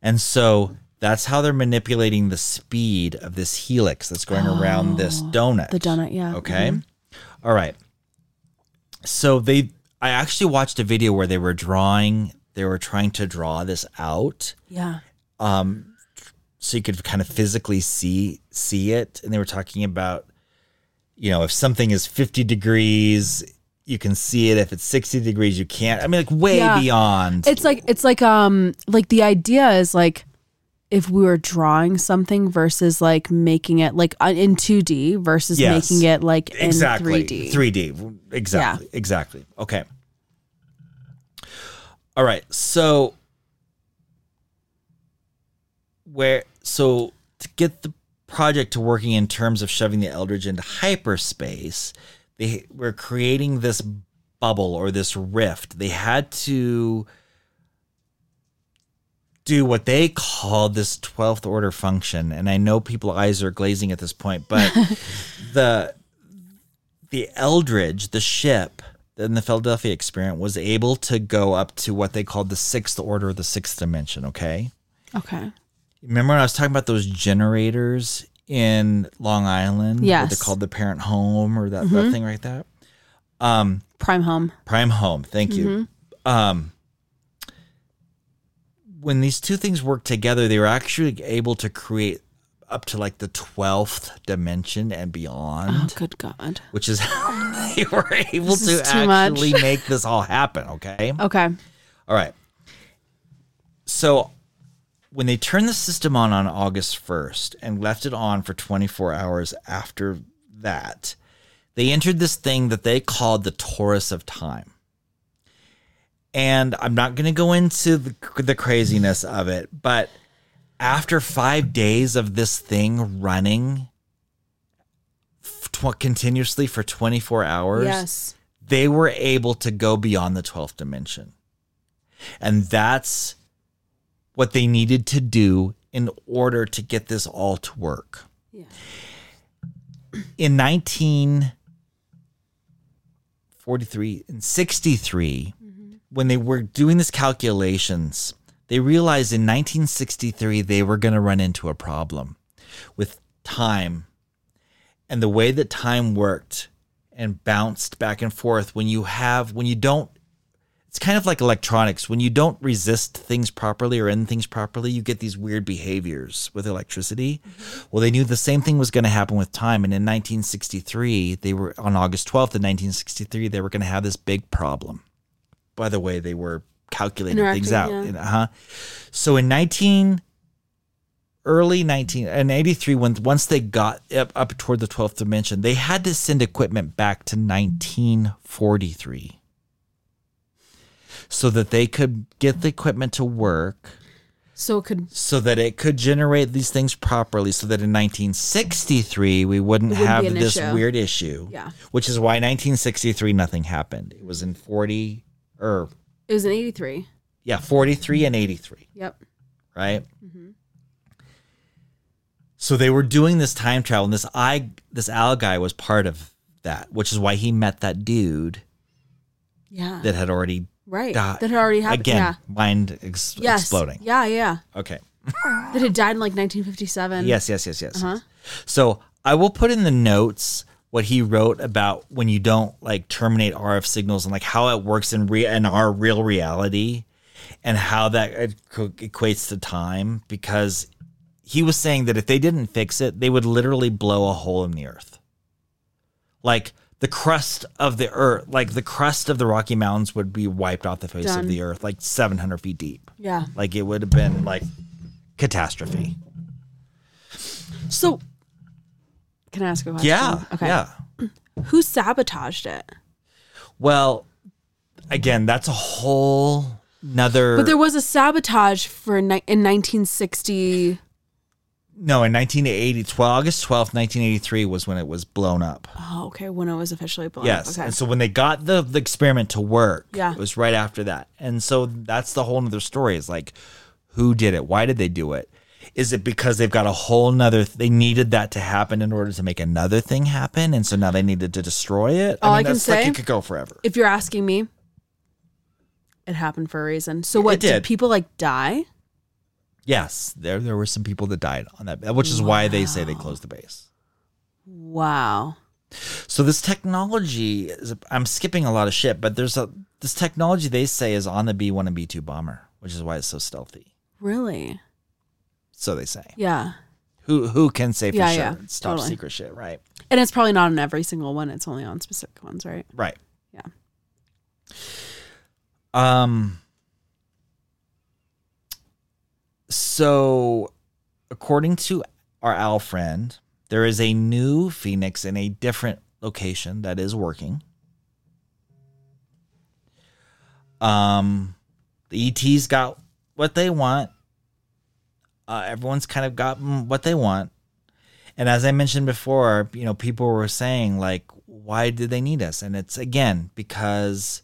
A: And so that's how they're manipulating the speed of this helix that's going around this donut.
B: The donut, yeah.
A: Okay. All right. So they, I actually watched a video where they were drawing, they were trying to draw this out
B: Mm-hmm. Yeah.
A: so you could kind of physically see see it and they were talking about you know if something is 50 degrees you can see it if it's 60 degrees you can't i mean like way
B: Yeah.
A: beyond
B: It's like it's like um like the idea is like if we were drawing something versus like making it like uh, in 2D versus
A: Yes.
B: making it like in
A: exactly
B: 3D.
A: 3d exactly exactly okay all right so where so to get the project to working in terms of shoving the eldridge into hyperspace they were creating this bubble or this rift they had to do what they call this 12th order function and i know people's eyes are glazing at this point but the the Eldridge, the ship in the Philadelphia experiment, was able to go up to what they called the sixth order or the sixth dimension. Okay.
B: Okay.
A: Remember when I was talking about those generators in Long Island? Yeah, They
B: Yes.
A: called the parent home or that, that thing right there?
B: Prime home.
A: Prime home. Thank you. Um, when these two things work together, they were actually able to create up to like the 12th dimension and beyond.
B: Oh good god.
A: which is how they were able
B: Oh This
A: to
B: is too much.
A: actually make this all happen. Okay.
B: Okay.
A: All right. So when they turned the system on on August 1st and left it on for 24 hours after that, they entered this thing that they called the Taurus of Time. And I'm not going to go into the, the craziness of it, but after five days of this thing running f- tw- continuously for 24 hours,
B: Yes.
A: they were able to go beyond the 12th dimension. And that's what they needed to do in order to get this all to work.
B: Yeah.
A: In 1943 and 63, when they were doing these calculations, they realized in 1963 they were going to run into a problem with time and the way that time worked and bounced back and forth when you have when you don't it's kind of like electronics when you don't resist things properly or end things properly you get these weird behaviors with electricity
B: Mm-hmm.
A: well they knew the same thing was going to happen with time and in 1963 they were on august 12th in 1963 they were going to have this big problem by the way they were calculating things
B: Interacting,
A: out
B: yeah.
A: And, uh-huh. so in 19 early 19 and 83 when once they got up, up toward the 12th dimension they had to send equipment back to 1943 so that they could get the equipment to work
B: So it could
A: so that it could generate these things properly so that in 1963 we wouldn't,
B: It wouldn't
A: have
B: be an
A: this
B: issue.
A: weird issue
B: Yeah.
A: which is why 1963 nothing happened it was in 40 or
B: it was an 83.
A: yeah 43 and 83
B: Yep.
A: right?
B: Mm-hmm.
A: So they were doing this time travel, and this I this Al guy was part of that, which is why he met that dude
B: Yeah.
A: that had already
B: right.
A: died.
B: That had already happened.
A: Again,
B: yeah.
A: mind ex-
B: Yes.
A: exploding.
B: Yeah, yeah.
A: Okay.
B: That had died in like 1957.
A: Yes, yes, yes, yes. yes. So I will put in the notes what he wrote about when you don't like terminate RF signals and like how it works in re- in our real reality and how that it co- equates to time because he was saying that if they didn't fix it, they would literally blow a hole in the earth. Like the crust of the earth, like the crust of the Rocky Mountains would be wiped off the face of
B: Done.
A: the earth, like 700 feet deep.
B: Yeah.
A: Like it would have been like catastrophe.
B: So can I ask a question?
A: Yeah.
B: Okay.
A: Yeah.
B: Who sabotaged it?
A: Well, again, that's a whole another.
B: But there was a sabotage for ni- in 1960.
A: No, in 1980, 12, August 12th, 1983 was when it was blown up.
B: Oh, okay. When it was officially blown. up.
A: Yes.
B: Okay.
A: And so when they got the, the experiment to work,
B: Yeah.
A: it was right after that. And so that's the whole other story is like, who did it? Why did they do it? Is it because they've got a whole nother, they needed that to happen in order to make another thing happen? And so now they needed to destroy it?
B: All I can
A: that's like
B: say-
A: it could go forever.
B: if you're asking me, it happened for a reason. So
A: It
B: what did.
A: did.
B: people like die?
A: yes. There, there were some people that died on that, which is why they say they closed the base.
B: Wow.
A: So this technology is I'm skipping a lot of shit, but there's a this technology they say is on the B1 and B2 bomber, which is why it's so stealthy.
B: Really?
A: So they say.
B: Yeah.
A: Who who can say for
B: Yeah,
A: sure?
B: yeah,
A: it's top
B: totally.
A: secret shit, right?
B: And it's probably not on every single one. It's only on specific ones, right?
A: Right.
B: Yeah.
A: Um so according to our owl friend, there is a new Phoenix in a different location that is working. Um the ET's got what they want. Uh, everyone's kind of gotten what they want. And as I mentioned before, you know, people were saying like, why did they need us? And it's again because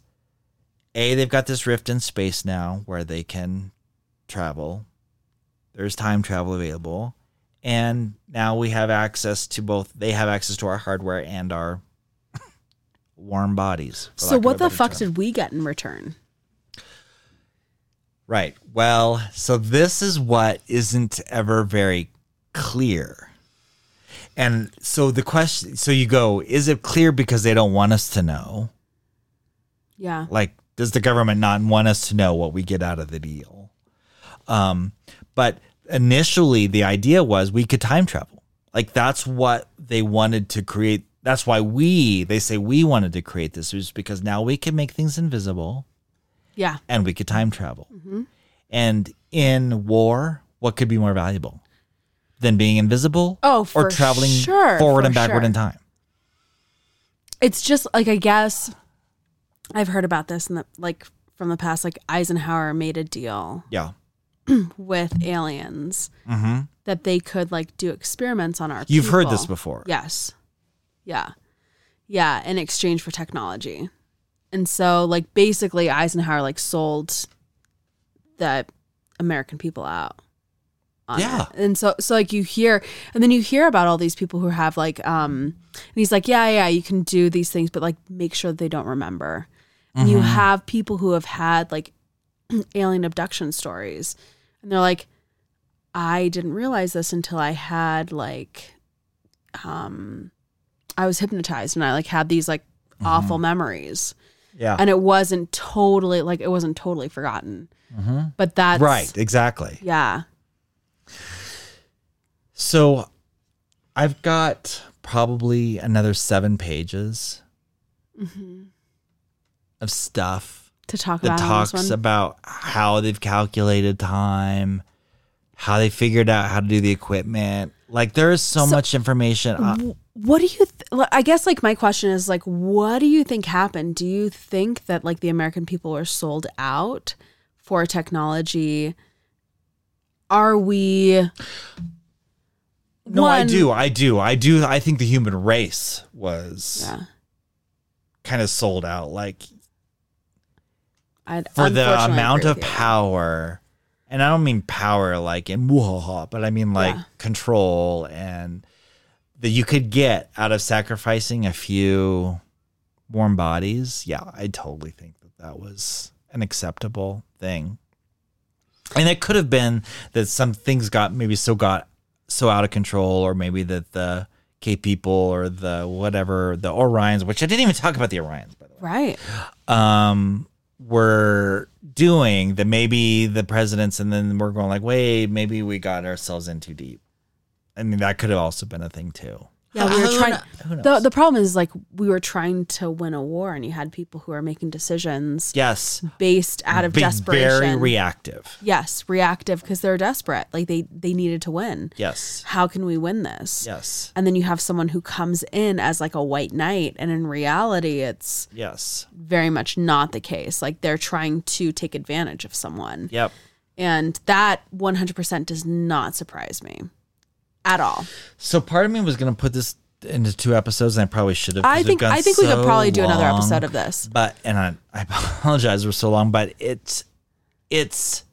A: a they've got this rift in space now where they can travel. There's time travel available, and now we have access to both. They have access to our hardware and our warm bodies. for
B: So
A: lack of
B: what
A: a
B: the
A: better
B: fuck
A: term.
B: did we get in return?
A: Right. Well, so this is what isn't ever very clear. And so the question so you go, is it clear because they don't want us to know?
B: Yeah.
A: Like does the government not want us to know what we get out of the deal? Um, but initially the idea was we could time travel. Like that's what they wanted to create. That's why we, they say we wanted to create this was because now we can make things invisible
B: Yeah.
A: and we could time travel.
B: Mm-hmm.
A: And in war, what could be more valuable than being invisible
B: Oh,
A: or
B: for
A: traveling
B: sure,
A: forward
B: for
A: and backward
B: sure.
A: in time?
B: It's just like I guess I've heard about this in the like from the past like Eisenhower made a deal
A: Yeah.
B: with aliens
A: hmm
B: that they could like do experiments on our
A: You've heard this
B: people.
A: before.
B: Yes. Yeah. Yeah, in exchange for technology. And so like basically Eisenhower like sold the American people out. on
A: Yeah.
B: it. And so so like you hear and then you hear about all these people who have like um and he's like, "Yeah, yeah, you can do these things, but like make sure they don't remember." And
A: Mm-hmm.
B: you have people who have had like alien abduction stories and they're like i didn't realize this until i had like um i was hypnotized and i like had these like
A: Mm-hmm.
B: awful memories
A: Yeah.
B: and it wasn't totally like it wasn't totally forgotten but that's
A: Mm-hmm. right. Exactly.
B: yeah
A: So I've got probably another seven pages
B: Mm-hmm.
A: of stuff
B: to talk
A: that
B: about on this
A: talks
B: one.
A: about how they've calculated time, how they figured out how to do the equipment. Like there is so,
B: So-
A: much information. Uh,
B: what do you th- li- i guess like my question is like what do you think happened do you think that like the american people were sold out for technology are we
A: No, I
B: One-
A: do. I do. I do. I think the human race was
B: yeah
A: kind of sold out, like
B: I'd
A: for the
B: unfortunately
A: amount
B: agree
A: of
B: with you.
A: power. And I don't mean power like in whoa, but I mean like
B: Yeah.
A: control and that you could get out of sacrificing a few warm bodies. Yeah, I totally think that that was an acceptable thing. And it could have been that some things got maybe so got so out of control, or maybe that the K people or the whatever the Orions, which I didn't even talk about the Orions by the way
B: Right.
A: um, were doing that maybe the presidents and then we're going like wait maybe we got ourselves in too deep i mean that could have also been a thing too
B: Yeah, we
A: Uh, Who
B: were trying.
A: kno- who knows?
B: The, the problem is like we were trying to win a war, and you had people who are making decisions
A: yes
B: based out of
A: Be
B: desperation.
A: very reactive
B: yes, reactive because they're desperate. Like they they needed to win.
A: yes
B: How can we win this?
A: yes
B: And then you have someone who comes in as like a white knight, and in reality, it's
A: yes
B: very much not the case. Like they're trying to take advantage of someone,
A: yep
B: and that 100% does not surprise me at all.
A: So part of me was going to put this into two episodes, and I probably should have. 'cause
B: I
A: we've
B: think
A: gone
B: I think we could
A: so
B: probably do another
A: long.
B: episode of this.
A: But and I, I apologize we're so long, but it's it's.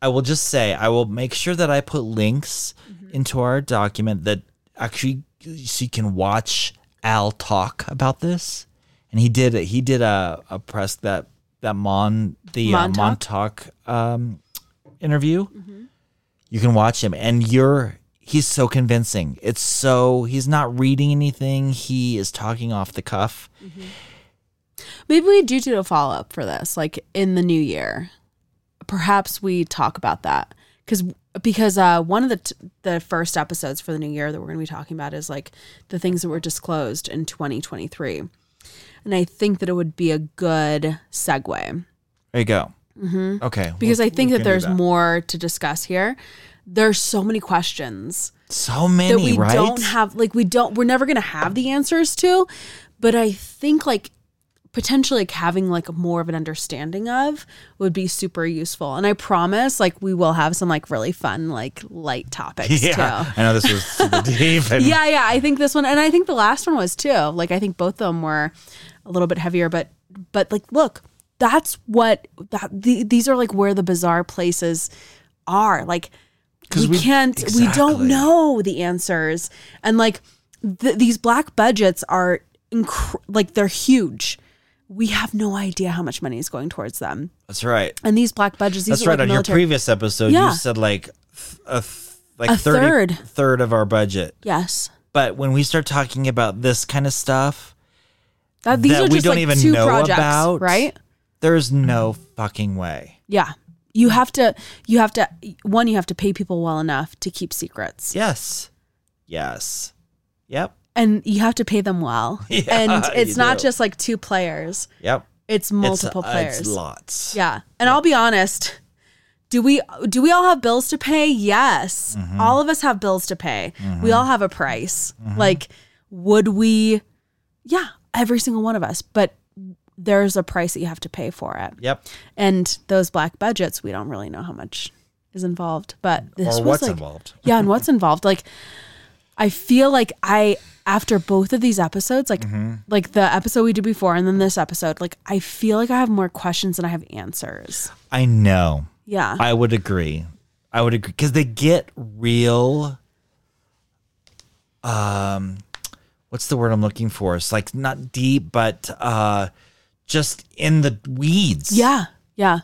A: I will just say I will make sure that I put links into our document that actually so you can watch Al talk about this, and he did he did a a press that that Mon the Montauk, uh, Montauk um, interview. You can watch him, and you're he's so convincing. It's so he's not reading anything; he is talking off the cuff.
B: Maybe we do do a follow up for this, like in the new year. Perhaps we talk about that because because uh, one of the t- the first episodes for the new year that we're going to be talking about is like the things that were disclosed in 2023, and I think that it would be a good segue
A: There you go. Mm-hmm. Okay,
B: because
A: we-
B: I think
A: we
B: that
A: can do
B: there's more to discuss here. There's so many questions
A: so many
B: that we
A: right.
B: don't have like we don't we're never going to have the answers to but i think like potentially like having like more of an understanding of would be super useful and i promise like we will have some like really fun like light topics
A: yeah,
B: too
A: I know this was super deep. And
B: yeah yeah i think this one and i think the last one was too like i think both of them were a little bit heavier but but like look that's what that the, these are like where the bizarre places are like
A: 'Cause
B: we,
A: we-
B: can't we
A: exactly.
B: don't know the answers and like th- these black budgets are inc- like they're huge we have no idea how much money is going towards them
A: that's right.
B: and these black budgets these
A: That's
B: are
A: right.
B: like
A: On
B: military
A: your previous episode,
B: Yeah.
A: you said like th- a th- like
B: A
A: 30
B: third.
A: third of our budget.
B: yes
A: But when we start talking about this kind of stuff,
B: that, these
A: That
B: are
A: we
B: just
A: don't
B: like
A: even
B: two
A: know
B: projects
A: about.
B: right
A: there's no fucking way.
B: Yeah.
A: Mm.
B: You have to you have to one you have to pay people well enough to keep secrets.
A: Yes. Yes. Yep.
B: And you have to pay them well.
A: Yeah,
B: and
A: you
B: it's not
A: do.
B: just like two players.
A: Yep.
B: It's multiple
A: it's, uh,
B: players.
A: It's lots.
B: yeah. And I'll be honest, do we do we all have bills to pay? Yes.
A: Mm-hmm.
B: All of us have bills to pay. We all have a price. Like would we Yeah, every single one of us, but there's a price that you have to pay for it.
A: Yep.
B: And those black budgets, we don't really know how much is involved, but this
A: or
B: was
A: what's
B: like,
A: involved.
B: yeah, and what's involved. Like, I feel like I after both of these episodes, like
A: Mm-hmm.
B: like the episode we did before and then this episode, like I feel like I have more questions than I have answers.
A: I know.
B: Yeah,
A: I would agree. I would agree because they get real. Um, what's the word I'm looking for? It's like not deep, but uh, just in the weeds.
B: yeah, Mm-hmm. yeah.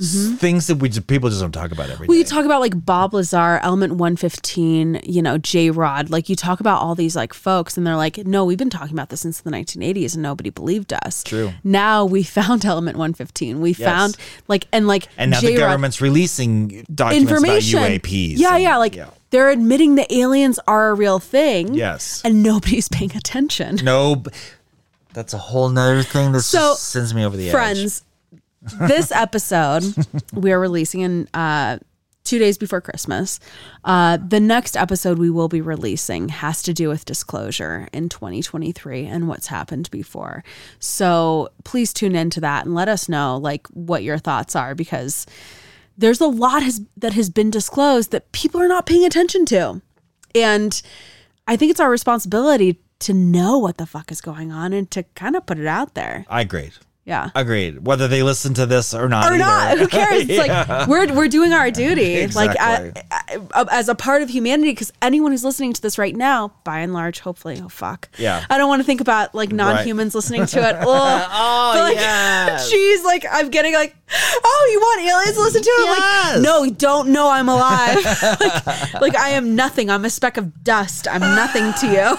A: S- things that we just, people just don't talk about every day.
B: Well, you talk about like Bob Lazar, Element 115, you know, J Rod. Like, you talk about all these like folks, and they're like, no, we've been talking about this since the 1980s and nobody believed us.
A: True.
B: Now we found Element 115. We found like, and like,
A: and now the
B: J-Rod
A: government's releasing documents
B: information.
A: about UAPs.
B: Yeah,
A: and-
B: yeah. Like,
A: yeah.
B: they're admitting the aliens are a real thing.
A: yes.
B: And nobody's paying attention.
A: no, b- that's a whole nother thing that
B: So,
A: s- sends me over the edge.
B: friends this episode we're releasing in uh two days before christmas uh the next episode we will be releasing has to do with disclosure in 2023 and what's happened before so please tune into that and let us know like what your thoughts are because there's a lot has, that has been disclosed that people are not paying attention to and i think it's our responsibility to know what the fuck is going on and to kind of put it out there
A: I agreed.
B: yeah
A: Agreed. Whether they listen to this or not.
B: or
A: either.
B: not. Who cares? It's like we're we're doing our duty,
A: Exactly.
B: like I, I, as a part of humanity. Because anyone who's listening to this right now, by and large, hopefully, oh fuck,
A: Yeah.
B: I don't want to think about like non-humans listening to it. Ugh.
A: Oh,
B: But, like,
A: yes.
B: She's like, I'm getting like, oh, you want aliens to listen to it?
A: Yes.
B: Like, no, you don't know I'm alive. like, like I am nothing. I'm a speck of dust. I'm nothing to you.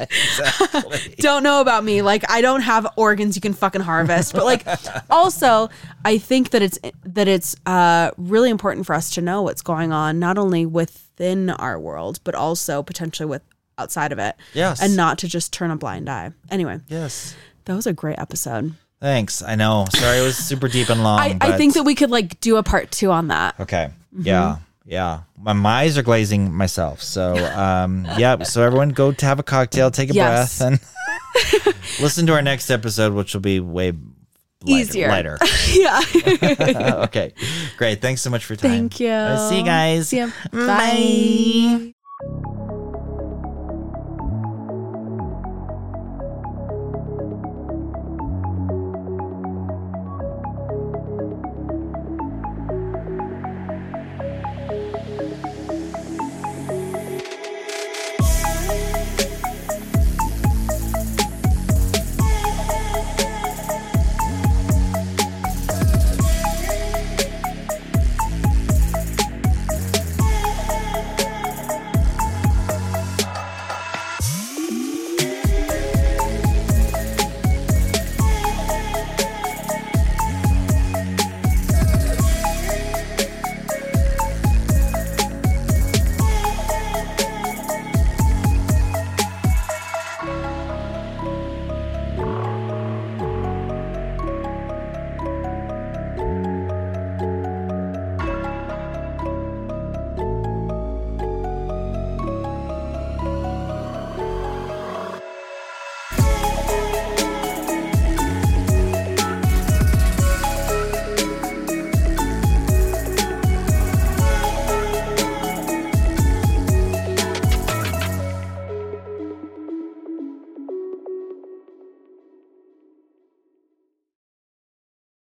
B: don't know about me. Like I don't have organs you can fucking harvest. But like also, I think that it's that it's uh really important for us to know what's going on not only within our world, but also potentially with outside of it.
A: Yes.
B: And not to just turn a blind eye. Anyway,
A: Yes.
B: that was a great episode.
A: Thanks. I know. Sorry, it was super deep and long.
B: I, I
A: but-
B: think that we could like do a part two on that.
A: Okay. Yeah. Yeah. My, my eyes are glazing myself. So, um, yeah. So, everyone go to have a cocktail, take a
B: Yes.
A: breath, and listen to our next episode, which will be way lighter.
B: Easier.
A: lighter.
B: yeah.
A: okay. Great. Thanks so much for your time.
B: Thank you.
A: Uh, see you guys.
B: See ya.
A: Bye.
B: Bye.